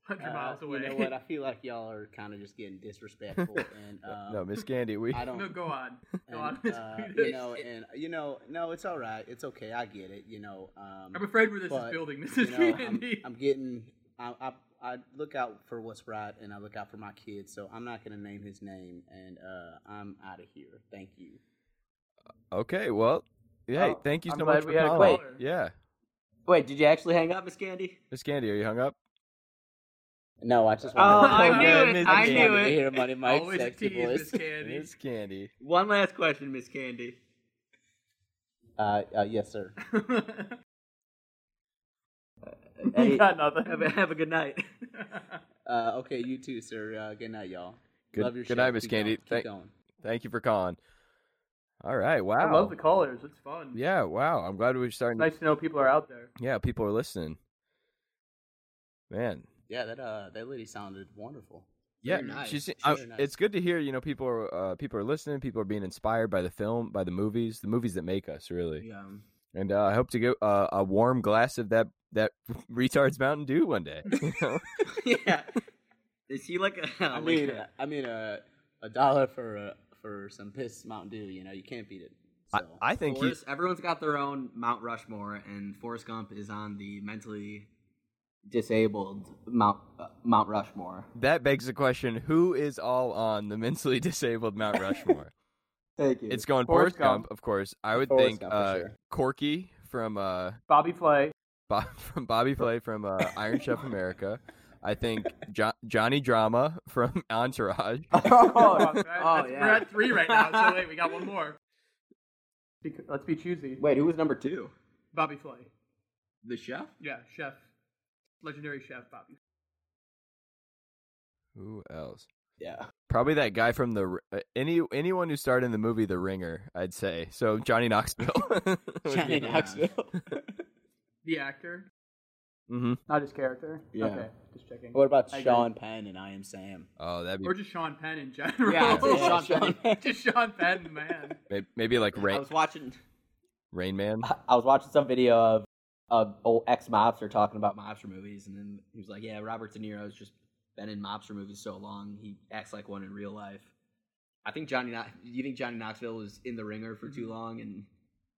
hundred Uh, miles away. You know what? I feel like y'all are kind of just getting disrespectful, and uh, no, Miss Candy, we. I don't. no, go on. Go on. um, and, Miss uh, Cletus. you know, and you know, no, it's all right. It's okay. I get it. You know, um, I'm afraid where this but, is building. This you is know, I'm, Candy. I'm getting. I, I I look out for what's right, and I look out for my kids. So I'm not gonna name his name, and uh, I'm out of here. Thank you. Okay, well, hey, Oh, thank you I'm so glad much we for had a calling. caller. Yeah, Wait, did you actually hang up, Miss Candy? Miss Candy, are you hung up? No, I just. Oh, wanted- I knew it, just I wanted knew to it. Hear Money Mike's Always a sexy tease, Miss voice. Candy. Miss Candy. One last question, Miss Candy. Uh, uh, yes, sir. Hey, you got nothing. have, a, have a good night. Uh, okay, you too, sir. Uh, good night, y'all. Good- Love your good show. night, Miss Keep Candy. Going. Keep Thank- going. Thank you for calling. All right. Wow. I love the callers. It's fun. Yeah. Wow. I'm glad we're starting. Nice to know people are out there. Yeah. People are listening. Man. Yeah, that uh, that lady sounded wonderful. Yeah. Very nice. She's. She's I- very nice. It's good to hear. You know, people are uh, people are listening. People are being inspired by the film, by the movies, the movies that make us really. Yeah. And uh, I hope to get uh, a warm glass of that that retard's Mountain Dew one day. you know? yeah. Is he like a? I like mean, a- I mean a a dollar for uh for some piss Mountain Dew. You know, you can't beat it. So. I, I think he, Forrest, everyone's got their own Mount Rushmore, and Forrest Gump is on the mentally disabled Mount uh, Mount Rushmore. that begs the question: Who is all on the mentally disabled Mount Rushmore? Thank you. it's going Forrest Forrest Gump, Gump. of course. I would Forrest think Gump for uh, sure. Corky from uh, Bobby Flay. Bob, from Bobby Flay from uh, Iron Chef America. I think jo- Johnny Drama from Entourage. oh, Oh, yeah. We're at three right now. So wait, we got one more. Bec- Let's be choosy. Wait, who was number two? Bobby Flay. The chef. Yeah, chef. Legendary chef Bobby. Who else? yeah. Probably that guy from the R- uh, any anyone who starred in the movie The Ringer. I'd say so. Johnny Knoxville. Johnny Yeah. Knoxville. The actor, hmm not his character. Yeah. Okay, just checking. what about I agree. Sean Penn and I Am Sam? Oh, that'd be Or just Sean Penn in general. Yeah, Yeah, Sean Sean Penn. just Sean Penn, the man. may- maybe like I Rain was watching. Rain Man. I was watching some video of of old ex mobster talking about mobster movies, and then he was like, "Yeah, Robert De Niro's just been in mobster movies so long, he acts like one in real life." I think Johnny. Kno- You think Johnny Knoxville was in the ringer for too long, and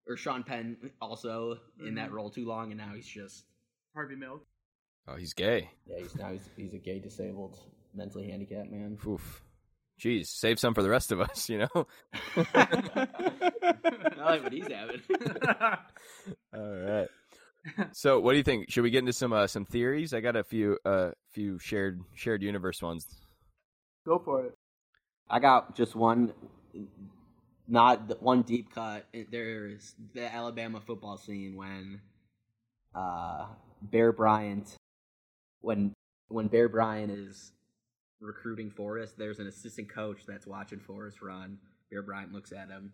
or Sean Penn also in that Mhm. role too long, and now he's just Harvey Milk. Oh, he's gay. yeah, he's now he's he's a gay disabled, mentally handicapped man. Oof. Jeez, save some for the rest of us. You know. I like what he's having. All right. So, what do you think? Should we get into some uh, some theories? I got a few uh few shared shared universe ones. Go for it. I got just one, not the- one deep cut. There's the Alabama football scene when uh, Bear Bryant, when when Bear Bryant is recruiting Forrest, there's an assistant coach that's watching Forrest run. Bear Bryant looks at him.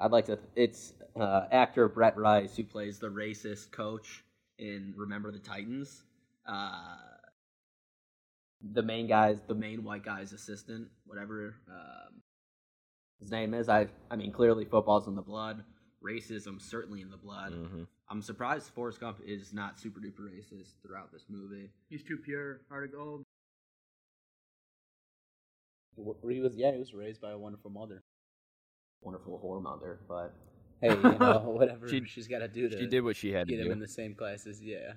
I'd like to. It's uh, actor Brett Rice who plays the racist coach in Remember the Titans. Uh, the main guy's the main white guy's assistant, whatever um, his name is. I I mean, clearly football's in the blood. Racism certainly in the blood. Mhm. I'm surprised Forrest Gump is not super duper racist throughout this movie. He's too pure, heart of gold. He was yeah, he was raised by a wonderful mother. Wonderful whore mother, but Hey, you know, whatever She- she, has got to do to She did what she had to get him in do. the same classes. Yeah.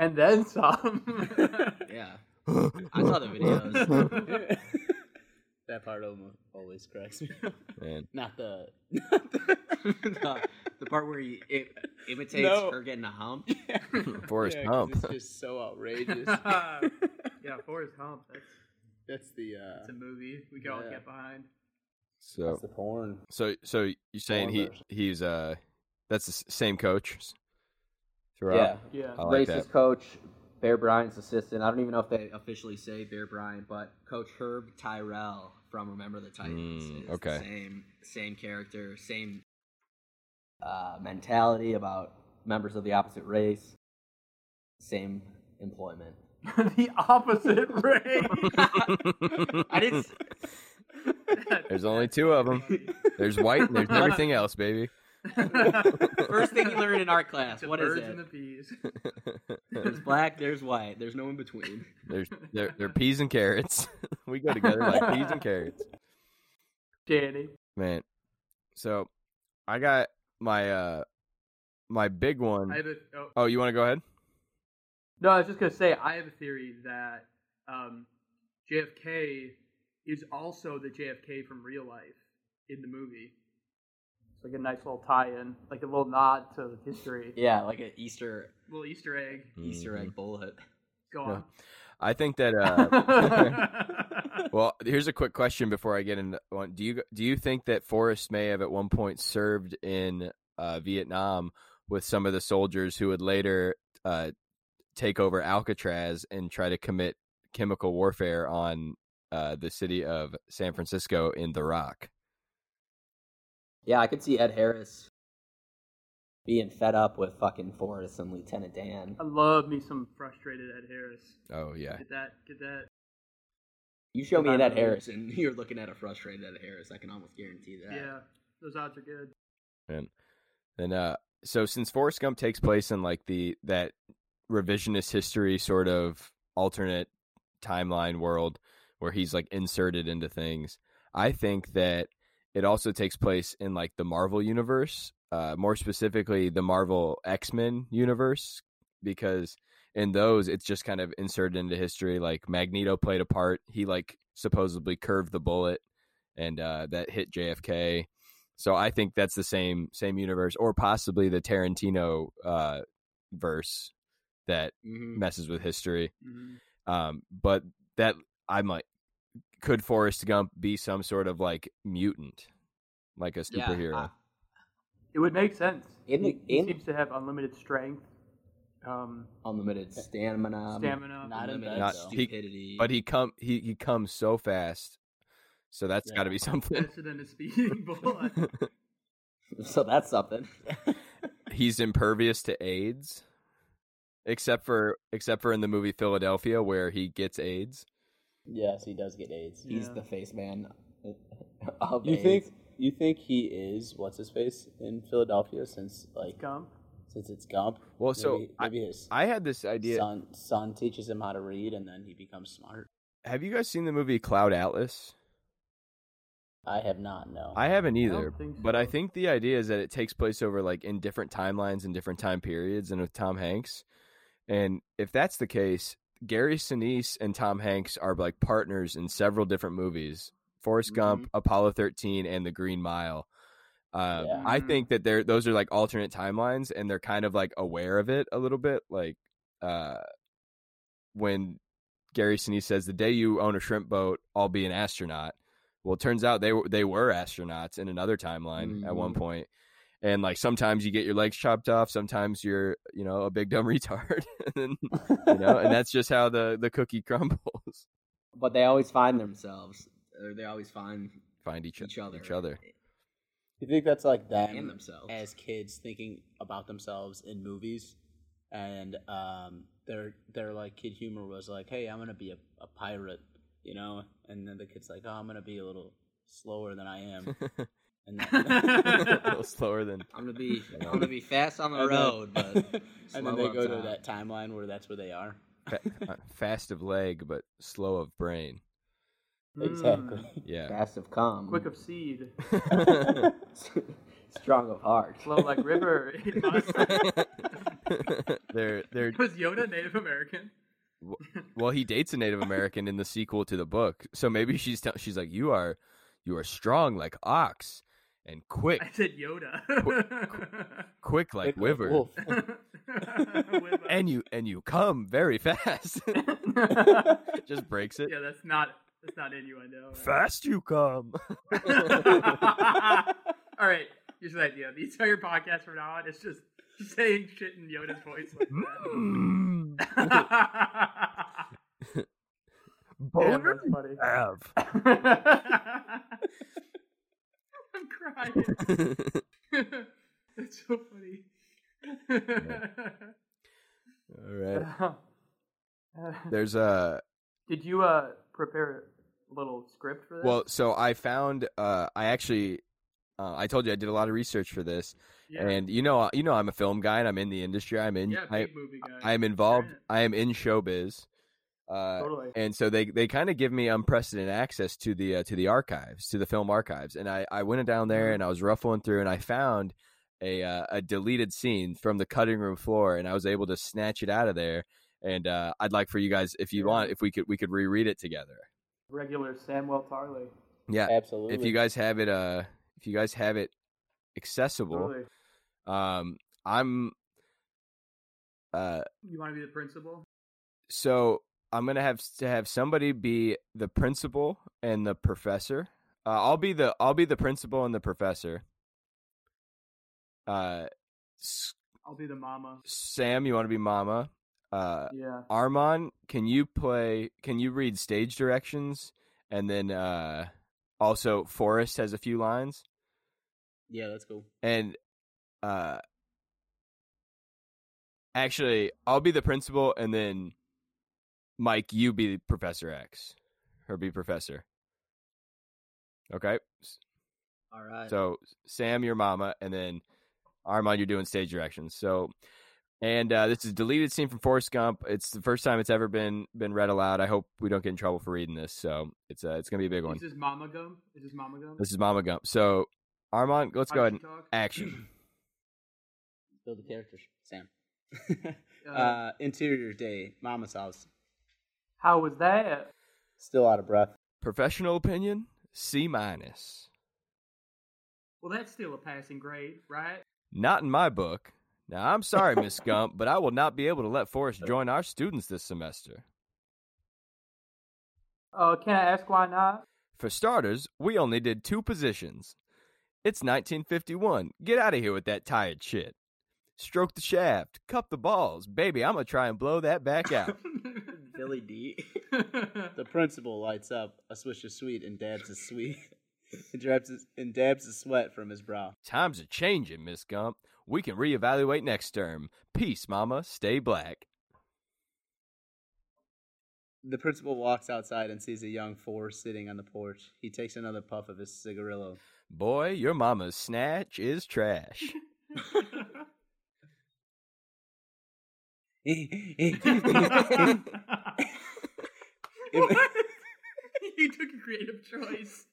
And then some. yeah, I saw the videos. that part almost always cracks me. up. Man. Not the. Not the, the part where he it, imitates No. her getting a hump. the Forrest Yeah, 'cause Gump. It's just so outrageous. yeah, Forrest Hump. That's, That's the. Uh, that's a movie we can all Yeah. get behind. So that's the porn. so so you're saying he Farmers. he's uh that's the s- same coach s- throughout. Yeah, Yeah. I like racist that. coach. Bear Bryant's assistant. I don't even know if they officially say Bear Bryant, but Coach Herb Tyrell from Remember the Titans. Mm, is the okay. same same character, same uh, mentality about members of the opposite race, same employment. Uh, the opposite race. I didn't. There's only two of them. There's white and there's everything else, baby. First thing you learn in art class. The What is birds and the it? bees. There's black. There's white. There's no in between. There's they're, they're peas and carrots. we go together like peas and carrots. Danny. Man. So I got my uh my big one. I have a. Oh, Oh, you want to go ahead? no, I was just gonna say I have a theory that um, JFK is also the JFK from real life in the movie. It's like a nice little tie-in, like a little nod to history, Yeah, like an Easter little Easter egg. Easter egg bullet. Go Yeah. on. I think that uh Well, here's a quick question before I get into one. Do you do you think that Forrest may have at one point served in uh, Vietnam with some of the soldiers who would later uh, take over Alcatraz and try to commit chemical warfare on uh, the city of San Francisco in The Rock? Yeah, I could see Ed Harris being fed up with fucking Forrest and Lieutenant Dan. I love me some frustrated Ed Harris. Oh yeah, Get that, get that. You show me Not an Ed really. Harris, and you're looking at a frustrated Ed Harris. I can almost guarantee that. Yeah, those odds are good. and and uh, so since Forrest Gump takes place in like the that revisionist history sort of alternate timeline world where he's like inserted into things, I think that it also takes place in like the Marvel universe, uh, more specifically the Marvel X Men universe, because in those it's just kind of inserted into history. Like Magneto played a part; he like supposedly curved the bullet, and uh, that hit JFK. So I think that's the same same universe, or possibly the Tarantino uh, verse that Mhm. messes with history. hmm Um, but that I'm like, could Forrest Gump be some sort of like mutant, like a Yeah, superhero? I- It would make sense. In the- he, he in- seems to have unlimited strength, um, unlimited stamina. stamina. not in unlimited bed, though. stupidity. but he come he he comes so fast, so that's Yeah. got to be something. faster than a speeding bullet. so that's something. He's impervious to AIDS, except for except for in the movie Philadelphia where he gets AIDS. Yes, he does get AIDS. He's Yeah. the face man of You AIDS. think you think he is what's his face in Philadelphia since like Gump. since it's Gump? Well, so maybe, I- maybe his I had this idea. son son teaches him how to read and then he becomes smart. Have you guys seen the movie Cloud Atlas? I have not no. I haven't Uh, don't either, think but I so. think the idea is that it takes place over like in different timelines and different time periods, and with Tom Hanks. And if that's the case, Gary Sinise and Tom Hanks are like partners in several different movies: Forrest Mm-hmm. Gump, Apollo thirteen, and The Green Mile. Uh, Yeah. I Mhm. think that they're those are like alternate timelines, and they're kind of like aware of it a little bit. Like uh, when Gary Sinise says, "The day you own a shrimp boat, I'll be an astronaut." Well, it turns out they were they were astronauts in another timeline at one Mhm. point. And like sometimes you get your legs chopped off, sometimes you're you know a big dumb retard, and then, you know, and that's just how the the cookie crumbles. But they always find themselves. Or they always find Find each, each other. Each other. you think that's like them And themselves. as kids thinking about themselves in movies and um their their like kid humor was like hey i'm gonna be a, a pirate you know and then the kid's like oh i'm gonna be a little slower than i am and a little slower than I'm gonna be. I'm gonna be fast on the and then- road, but and slow then they up go to top. that timeline where that's where they are fa- uh, fast of leg, but slow of brain. exactly Mm, Yeah. fast of come, quick of seed, strong of heart. slow like river. It must. they're they're Was Yoda Native American? Well, he dates a Native American in the sequel to the book, so maybe she's tell she's like, "You are, you are strong like ox, and quick, I said Yoda. quick like Quick wyvern, wolf. With a- and you and you come very fast." Just breaks it. yeah, that's not that's not innuendo. Fast you come. All right, here's an idea. The entire podcast from now on is just saying shit in Yoda's voice like Mm, that. Damn, boner that's funny. have. I'm crying. That's so funny. All right. There's a Did you uh prepare a little script for this? well. So I found. Uh, I actually. Uh, I told you I did a lot of research for this, yeah, and you know, you know, I'm a film guy, and I'm in the industry. I'm in. yeah, I, big movie guy. I am involved. Right. I am in showbiz, uh, totally. and so they they kind of give me unprecedented access to the uh, to the archives, to the film archives. And I I went down there and I was ruffling through, and I found a uh, a deleted scene from the cutting room floor, and I was able to snatch it out of there. And uh, I'd like for you guys, if you Yeah. want, if we could we could reread it together. Regular Samuel Tarley. Yeah, absolutely if you guys have it, uh, if you guys have it accessible, Totally. um, I'm uh You want to be the principal? so I'm gonna have to have somebody be the principal and the professor. Uh, I'll be the I'll be the principal and the professor. Uh, S- I'll be the mama. Sam, you want to be Mama? Uh, Yeah. Armon, can you play? Can you read stage directions? And then uh, also Forrest has a few lines. Yeah, that's cool. and uh actually i'll be the principal and then mike you be professor x or be professor okay All right. so sam your mama and then armand you're doing stage directions so and uh, this is a deleted scene from Forrest Gump. It's the first time it's ever been been read aloud. I hope we don't get in trouble for reading this. So it's uh, it's gonna be a big one. Is this Mama Gum? Is this Mama Gum? This is Mama Gump. So Armand, let's How go does ahead she and talk? action. Build the character, Sam. Uh, Uh, interior day, mama's house. how was that? Still out of breath. Professional opinion, C minus. Well, that's still a passing grade, right? Not in my book. Now I'm sorry, Miss Gump, but I will not be able to let Forrest join our students this semester. Uh, can I ask why not? For starters, we only did two positions. It's 1951. Get out of here with that tired shit. Stroke the shaft, cup the balls, baby. I'm gonna try and blow that back out. Billy D. The principal lights up, a swish of sweet, and dabs his sweet, and, dabs his, and dabs the sweat from his brow. Times are changing, Miss Gump. We can reevaluate next term. Peace, Mama. Stay black. The principal walks outside and sees a young four sitting on the porch. He takes another puff of his cigarillo. Boy, your mama's snatch is trash. What? you took a creative choice.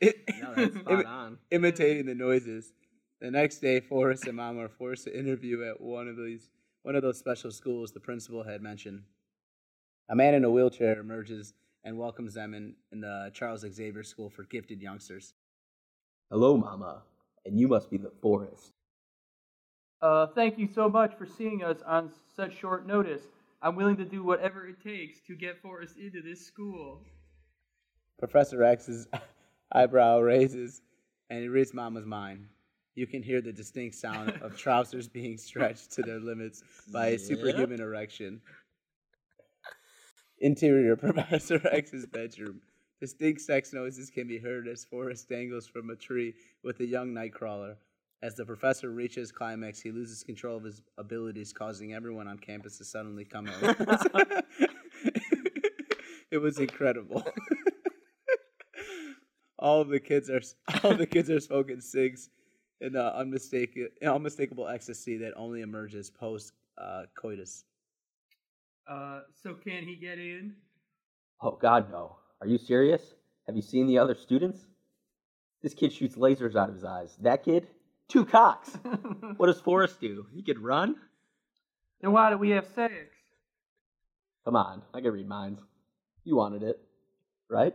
No, that's spot Imi- on. imitating the noises. The next day, Forrest and Mama are forced to interview at one of these one of those special schools the principal had mentioned. A man in a wheelchair emerges and welcomes them in, in the Charles Xavier School for Gifted Youngsters. Hello, Mama. And you must be the forest. Uh, thank you so much for seeing us on such short notice. I'm willing to do whatever it takes to get Forrest into this school. Professor X's eyebrow raises, and he reads Mama's mind. You can hear the distinct sound of trousers being stretched to their limits by a superhuman erection. Interior Professor X's bedroom. Distinct sex noises can be heard as Forrest dangles from a tree with a young nightcrawler. As the professor reaches climax, he loses control of his abilities, causing everyone on campus to suddenly come out. it was incredible. all of the kids are all the kids are smoking cigs in the unmistakable, unmistakable ecstasy that only emerges post uh, coitus. Uh, so can he get in? Oh, God, no. Are you serious? Have you seen the other students? This kid shoots lasers out of his eyes. That kid? Two cocks. what does Forrest do? He could run? Then why do we have sex? Come on, I can read minds. You wanted it, right?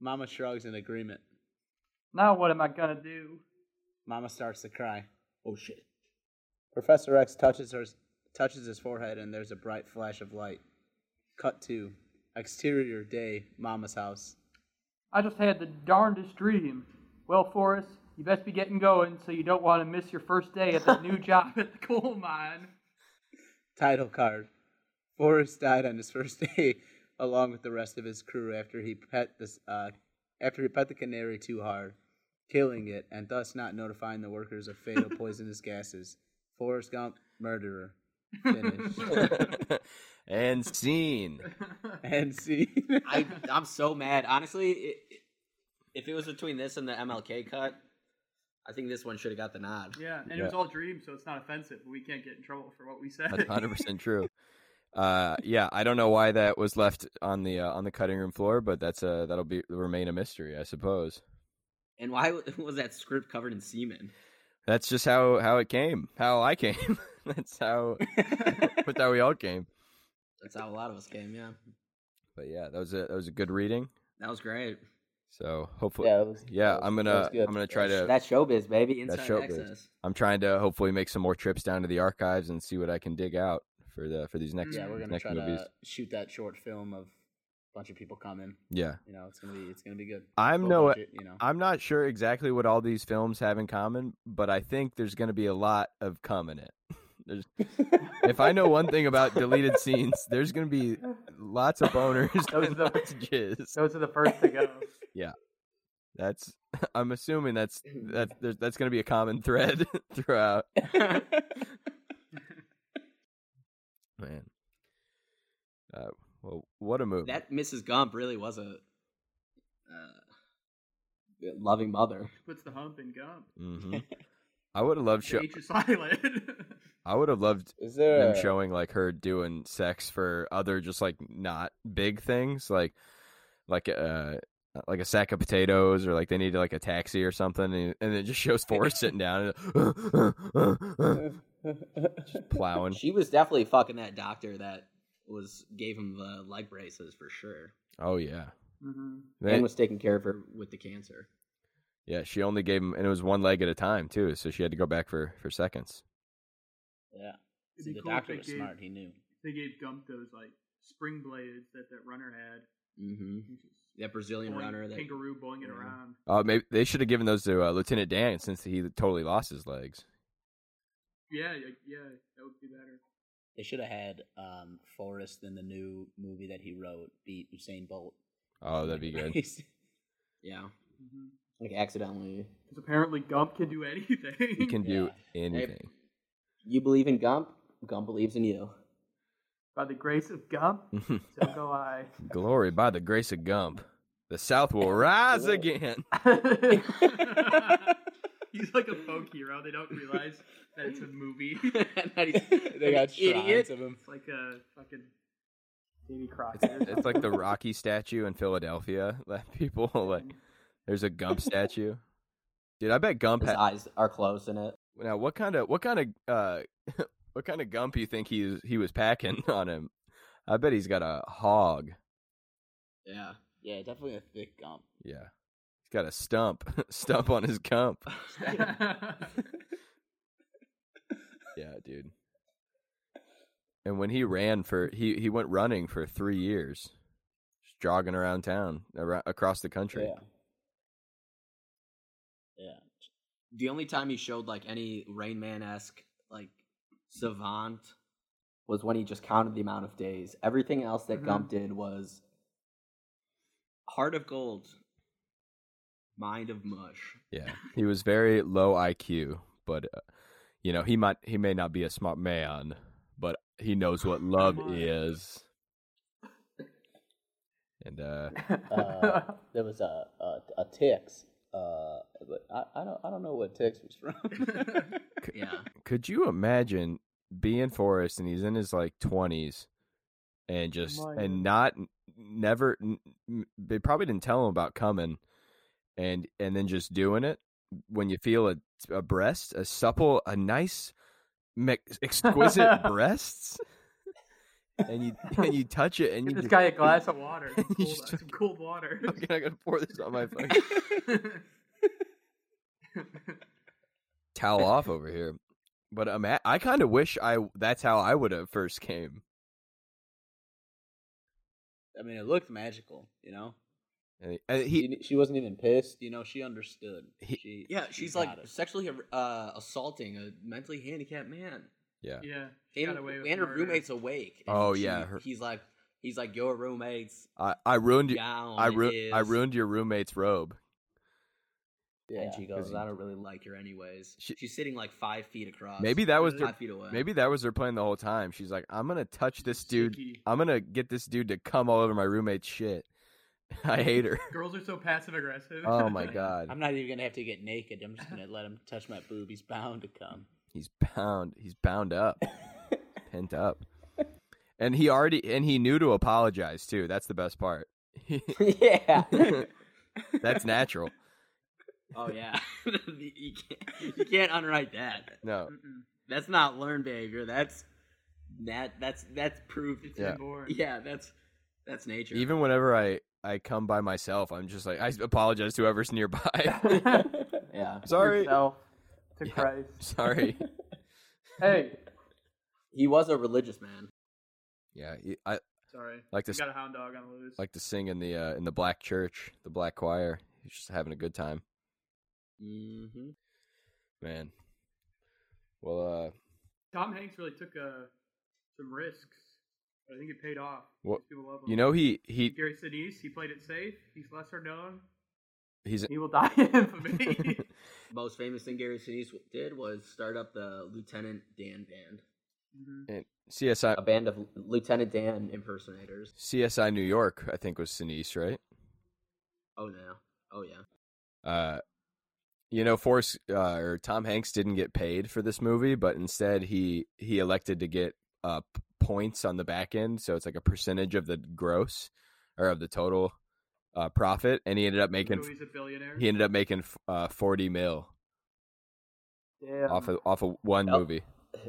Mama shrugs in agreement. Now what am I gonna do? Mama starts to cry. oh, shit. Professor X touches her touches his forehead, and there's a bright flash of light. Cut to exterior day, Mama's house. I just had the darndest dream. Well, Forrest, you best be getting going so you don't want to miss your first day at the new job at the coal mine. Title card. Forrest died on his first day, along with the rest of his crew, after he pet this uh, after he pet the canary too hard, killing it, and thus not notifying the workers of fatal poisonous gases. Forrest Gump, murderer. Finished. and scene. and see, I, I'm so mad. Honestly, it, it- if it was between this and the MLK cut, I think this one should have got the nod. Yeah, and it Yeah. was all dreams, so it's not offensive. But we can't get in trouble for what we said. That's hundred percent true. Uh, yeah, I don't know why that was left on the uh, on the cutting room floor, but that's uh that'll be remain a mystery, I suppose. And why w- was that script covered in semen? That's just how how it came, how I came. that's how that's how we all came. That's how a lot of us came, yeah. But yeah, that was a that was a good reading. That was great. So hopefully, yeah, I'm gonna I'm gonna try to That's showbiz, baby. Inside That's showbiz. access. I'm trying to hopefully make some more trips down to the archives and see what I can dig out for the for these next yeah, we're gonna next try movies. to shoot that short film of a bunch of people coming. Yeah, You know, it's gonna be it's gonna be good. I'm Low no budget, you know. I'm not sure exactly what all these films have in common, but I think there's going to be a lot of cum in it. There's, if I know one thing about deleted scenes, there's gonna be lots of boners Those and are the- lots of jizz. Those are the first to go. That's I'm assuming that's that there's, that's gonna be a common thread throughout. Man, uh, well, what a movie! that Mrs. Gump really was a uh, loving mother. Puts the hump in gum. hmm I would have loved show. H is silent. I would have loved Is them there a, showing like her doing sex for other just like not big things like like uh like a sack of potatoes or like they need like a taxi or something and, and it just shows Forrest sitting down and plowing She was definitely fucking that doctor that was gave him the leg braces for sure, oh yeah Mhm. They- and was taking care of her with the cancer. yeah she only gave him and it was one leg at a time too so she had to go back for for seconds yeah. It'd See, be the cool if doctor they was gave- smart. He knew. They gave Gump those like spring blades that that runner had. Mm-hmm. He was just That Brazilian boing- runner that kangaroo boing it Yeah. around. uh maybe they should have given those to uh, Lieutenant Dan since he totally lost his legs Yeah, like, yeah, that would be better. They should have had um, Forrest in the new movie that he wrote beat Usain Bolt. oh that'd be good yeah, Mhm. like accidentally. Because apparently Gump can do anything. he can do anything You believe in Gump. Gump believes in you. By the grace of Gump, so go I. Glory by the grace of Gump. The South will rise Whoa. again. He's like a folk hero. They don't realize that it's a movie. they got shrines of him. It's like a fucking Davy Crockett. It's, it's like the Rocky statue in Philadelphia. That people like there's a Gump statue. Dude, I bet Gump His ha- eyes are closed in it. now what kind of what kind of uh what kind of gump you think he he was packing on him? I bet he's got a hog. Yeah. Yeah, definitely a thick gump. Yeah. He's got a stump. stump on his gump. Yeah, dude. And when he ran for he he went running for three years, just jogging around town, around, across the country. Yeah. Yeah. The only time he showed like any Rain Man esque like savant was when he just counted the amount of days. Everything else that Mm-hmm. Mhm. Gump did was heart of gold, mind of mush. Yeah, he was very low IQ, but uh, you know he might he may not be a smart man, but he knows what love Come on. is. And uh, Uh, There was a a, a Tix. Uh, but I, I don't I don't know what Tix was from. Yeah. could you imagine being Forrest and he's in his like twenties, and just my and God. not never n- n- they probably didn't tell him about coming, and and then just doing it when you feel a, a breast, a supple, a nice, me- exquisite breasts, and you and you touch it and Give you just- this guy a glass of water. You Cold, just- some cold water. Okay, I gotta pour this on my fucking towel off over here. But um, I kind of wish I that's how I would have first came. I mean, it looked magical, you know. And he- and he She, she wasn't even pissed, you know. She understood. He- she, Yeah, she she's got like it. sexually uh, assaulting a mentally handicapped man. yeah. yeah. she And, got away with and her murder. roommate's awake. and Oh, she- yeah, her- he's like, he's like, your roommate's I, I ruined you. down. I ru- is- I ruined your roommate's robe. Yeah. And she goes, I don't really like her anyways. She- She's sitting like five feet across. Maybe that was Really? their, five feet away. maybe that was her plan the whole time. She's like, I'm gonna touch this dude. Sneaky. I'm gonna get this dude to come all over my roommate's shit. I hate her. Girls are so passive aggressive. Oh my god. I'm not even gonna have to get naked. I'm just gonna let him touch my boob. He's bound to come. He's bound. He's bound up. Pent up. And he already and he knew to apologize too. That's the best part. yeah. That's natural. oh yeah. you, can't, you can't unwrite that. No. Mm-mm. That's not learned behavior. That's that that's that's proved. It's Yeah. inborn. Yeah, that's that's nature. Even whenever I I come by myself, I'm just like I apologize to whoever's nearby. yeah. Sorry. Yourself to Yeah. Christ. Sorry. Hey. He was a religious man. Yeah, he- I Sorry. like You to got a hound dog on loose. like to sing in the uh, in the black church, the black choir. He's just having a good time, Mm-hmm. man. Well, uh, Tom Hanks really took uh, some risks. But I think it paid off. Well, These people love him. You know he he Gary Sinise, he played it safe. He's lesser known. he's He will die in infamy. Most famous thing Gary Sinise did was start up the Lieutenant Dan band, Mhm. CSI a band of Lieutenant Dan impersonators. CSI New York. I think was Sinise, right? Oh no. Oh yeah. Uh, you know, Forrest uh, or Tom Hanks didn't get paid for this movie, but instead he he elected to get uh p- points on the back end, so it's like a percentage of the gross or of the total uh profit, and he ended up making So he's a billionaire. he ended up making f- uh forty mil Damn. off of off of one Yep. movie.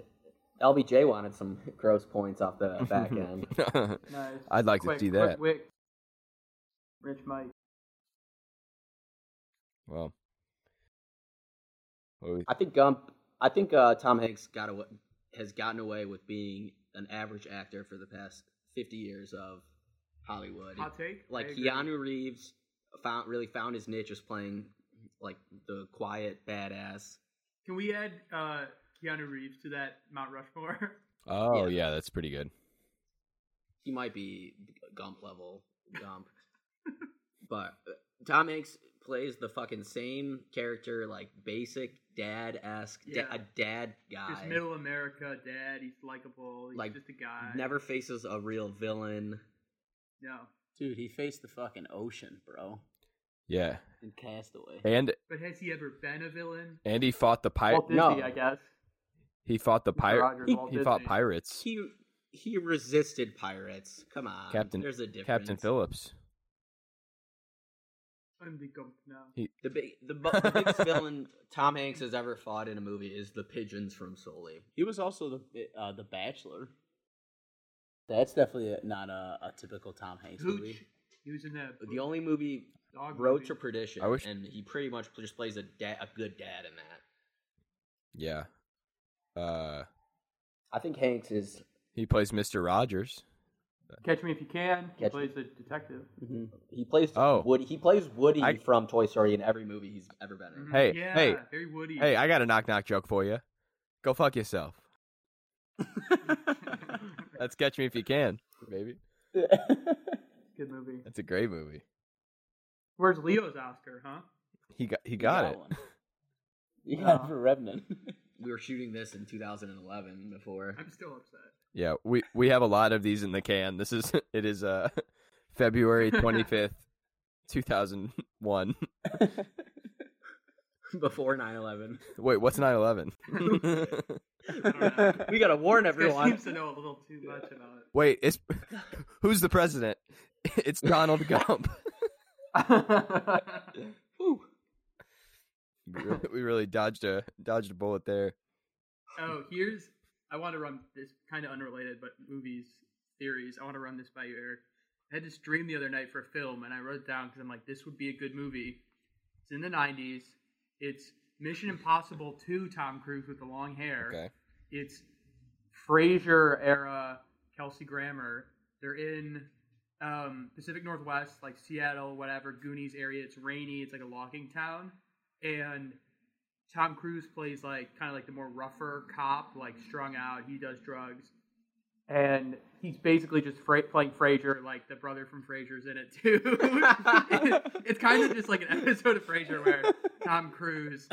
LBJ wanted some gross points off the back end. Nice. I'd like to Quick, see quick, that. quick. Rich Mike. well, what we- I think Gump. I think uh, Tom Hanks got away, has gotten away with being an average actor for the past fifty years of Hollywood. Hot take. I Like agree. Keanu Reeves found really found his niche as playing like the quiet badass. Can we add uh, Keanu Reeves to that Mount Rushmore? oh yeah, that's pretty good. He might be Gump level Gump, but uh, Tom Hanks plays the fucking same character, like basic dad esque, Yeah. a dad guy. Just middle America, dad. He's likable. He's Like, just a guy. Never faces a real villain. No, Dude, he faced the fucking ocean, bro. Yeah, In Castaway. and but has he ever been a villain? and he fought the pirate. Walt no. Disney, I guess. He fought the pirate. Rogers, He, Walt he fought Disney. pirates. he he resisted pirates. Come on, Captain- There's a difference. Captain Phillips. I'm the gump now. The big the, bu- the biggest villain Tom Hanks has ever fought in a movie is the pigeons from Sully. He was also the uh, the Bachelor. That's definitely a, not a, a typical Tom Hanks Hooch. movie. He was in that. The only movie dog Road movie. to Perdition, I wish- and he pretty much just plays a da- a good dad in that. Yeah. Uh, I think Hanks is he plays Mister Rogers. Catch Me If You Can. He Catch- plays the detective. Mm-hmm. he plays Oh. Woody he plays Woody I- from Toy Story in every movie he's ever been in. Mhm. Hey, yeah, hey, very Woody. Hey, I got a knock knock joke for you. Go fuck yourself. That's Catch Me If You Can, baby. Good movie. That's a great movie. Where's Leo's Oscar, huh? He got he got it. one. You got Wow. it for Revenant. We were shooting this in 2011 before. I'm still upset. Yeah, we we have a lot of these in the can. This is it is uh February twenty fifth, two thousand one. before 9/11. Wait, what's 9-11? I don't know. We gotta warn This guy everyone. seems to know a little too much Wait, it's who's the president? It's Donald Gump. about it. We really- we really dodged a dodged a bullet there. oh, here's I want to run this kind of unrelated, but movies theories. I want to run this by you, Eric. I had this dream the other night for a film, and I wrote it down because I'm like, this would be a good movie. It's in the '90s. It's Mission Impossible 2, Tom Cruise with the long hair. Okay. It's Frasier era Kelsey Grammer. They're in um, Pacific Northwest, like Seattle, whatever, Goonies area. It's rainy. It's like a logging town, and Tom Cruise plays like kind of like the more rougher cop, like strung out. He does drugs, and he's basically just fra- playing Frasier, like the brother from Frasier's in it too. it's kind of just like an episode of Frasier where Tom Cruise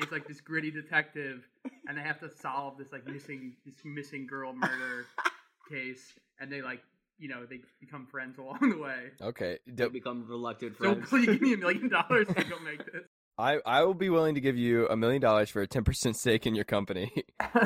is like this gritty detective, and they have to solve this like missing this missing girl murder case, and they like you know they become friends along the way. Okay. They D- become relucted So friends. please give me a million dollars to go make this. I I will be willing to give you a million dollars for a ten percent stake in your company.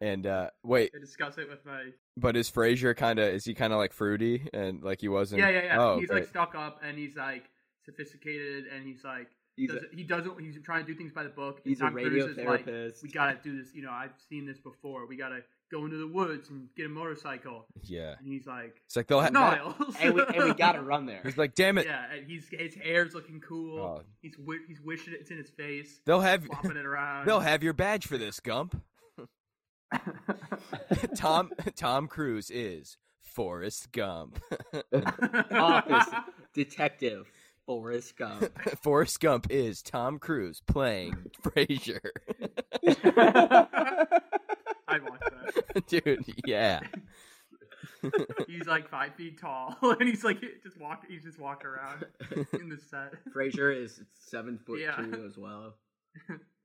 and uh wait, I discuss it with my but is Frasier kind of is he kind of like fruity and like he wasn't? yeah yeah yeah. Oh, he's great. like stuck up and he's like sophisticated and he's like He's a- doesn't, he doesn't he's trying to do things by the book. and He's a Tom Cruise is like, radiotherapist. we gotta do this. You know I've seen this before. We gotta go into the woods and get a motorcycle. yeah. And he's like It's like they'll have. Niles. and we and we gotta run there. He's like, damn it, Yeah, and he's his hair's looking cool. God. He's wi- he's wishing it, it's in his face, they'll have flopping it around. they'll have your badge for this, Gump. Tom Tom Cruise is Forrest Gump. Office detective Forrest Gump. Forrest Gump is Tom Cruise playing Frasier. I'd watch that. Dude, yeah. He's like five feet tall, and he's like just walk. He's just walking around in the set. Frasier is seven foot Yeah. two as well.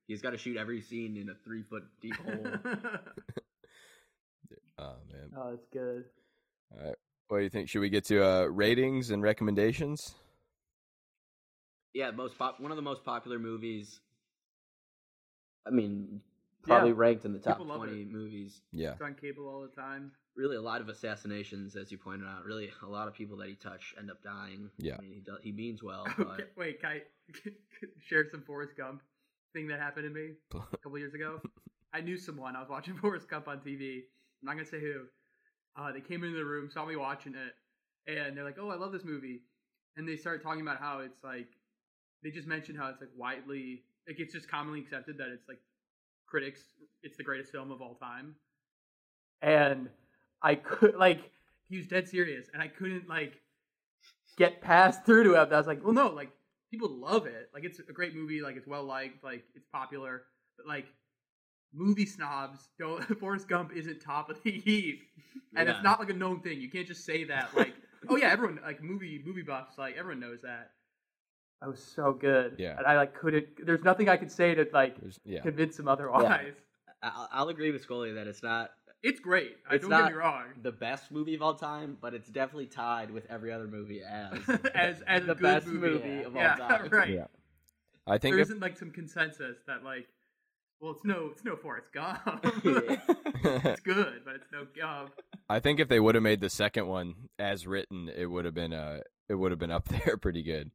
He's got to shoot every scene in a three foot deep hole. Oh man. oh, it's good. What do you think? Should we get to uh, ratings and recommendations? yeah, most pop, one of the most popular movies. I mean, Yeah. probably ranked in the top People love twenty it. movies. Yeah. It's on cable all the time. Really, a lot of assassinations, as you pointed out. Really, a lot of people that he touched end up dying. Yeah. I mean, he, does, he means well, Okay, but wait, can I share some Forrest Gump thing that happened to me a couple years ago? I knew someone. I was watching Forrest Gump on TV. I'm not gonna say who. Uh, they came into the room, saw me watching it, and they're like, "Oh, I love this movie," and they started talking about how it's like they just mentioned how it's like widely like it's just commonly accepted that it's like critics it's the greatest film of all time and i could like he was dead serious and i couldn't like get past through to him i was like well no like people love it like it's a great movie like it's well liked like it's popular but like movie snobs don't forrest gump isn't top of the heap and Yeah. it's not like a known thing you can't just say that like oh yeah everyone like movie movie buffs like everyone knows that I was so good. Yeah. And I like couldn't. There's nothing I could say to like There's, yeah. convince him otherwise. I, I'll agree with Scully that it's not It's great. I It's don't not- get me wrong. the best movie of all time, but it's definitely tied with every other movie as as as a the good best movie, movie of all yeah, time. right. Yeah. I think There if, isn't like some consensus that like, well, it's no, it's no Forrest Gump. it's good, but it's no Gump. I think if they would have made the second one as written, it would have been uh it would have been up there pretty good.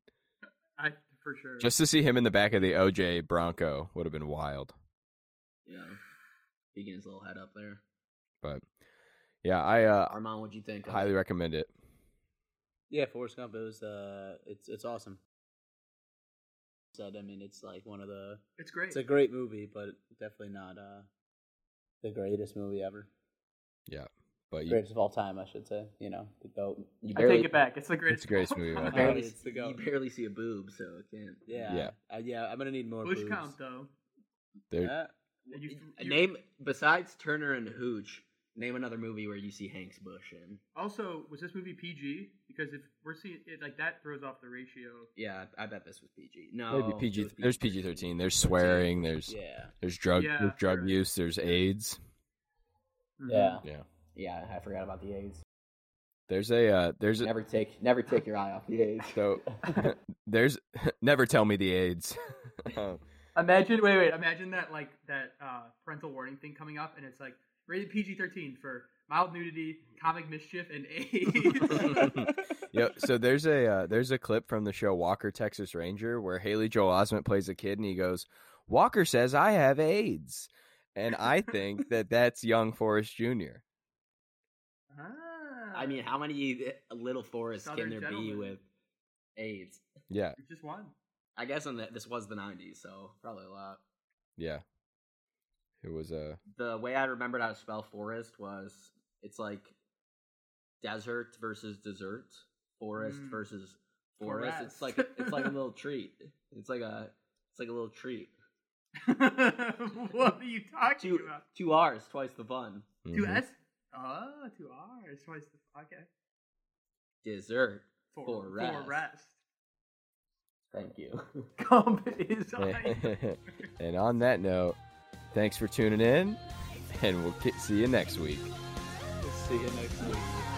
I for sure. Just to see him in the back of the OJ Bronco would have been wild. yeah. He gets his little head up there. But yeah, I uh, Armand, what'd you think? of it? highly recommend it. yeah, Forrest Gump it was uh, it's it's awesome. Said, I mean, it's like one of the. it's great. It's a great movie, but definitely not uh, the greatest movie ever. But you, Greatest of all time, I should say. You know, the goat. You I barely- take it back. It's the greatest. It's the greatest of all movie of all time. time. barely- It's the you goat. barely see a boob, so it can't. Yeah, Yeah. Uh, yeah. I'm gonna need more. Bush boobs. count though. there- Uh, And you- A you- name besides Turner and Hooch. Name another movie where you see Hank's bush in. Also, was this movie PG? Because if we're seeing it like that, throws off the ratio. Yeah, I I bet this was PG. there'd No, be PG. it was There's PG thirteen. There's swearing. There's yeah, there's drug Yeah, there's drug right. use. There's AIDS. Mm-hmm. yeah. Yeah. Yeah, I forgot about the A's. There's a uh, there's a, Never take, never take your eye off the A's. so there's never tell me the AIDS. Imagine, wait, wait. Imagine that, like that uh, parental warning thing coming up, and it's like rated PG thirteen for mild nudity, comic mischief, and AIDS. Yo, so there's a uh, there's a clip from the show Walker Texas Ranger where Haley Joel Osment plays a kid and he goes, "Walker says I have AIDS," and I think that that's young Forrest Jr. Ah. I mean, how many little forests Southern can there be gentleman. with AIDS? Yeah, It's just one. I guess on the, this was the '90s, so probably a lot. yeah. It was a uh, The way I remembered how to spell forest was it's like desert versus dessert, forest Mm. versus forest. It's Forest. like it's like a little treat. It's like a it's like a little treat. what are you talking Two about? two R's, twice the fun. Two Mm-hmm. mhm. S. Oh, two R's. Twice the okay. Dessert. For, For rest. Thank you. Gump is on. and on that note, thanks for tuning in, and we'll ki- see you next week. We'll see you next week.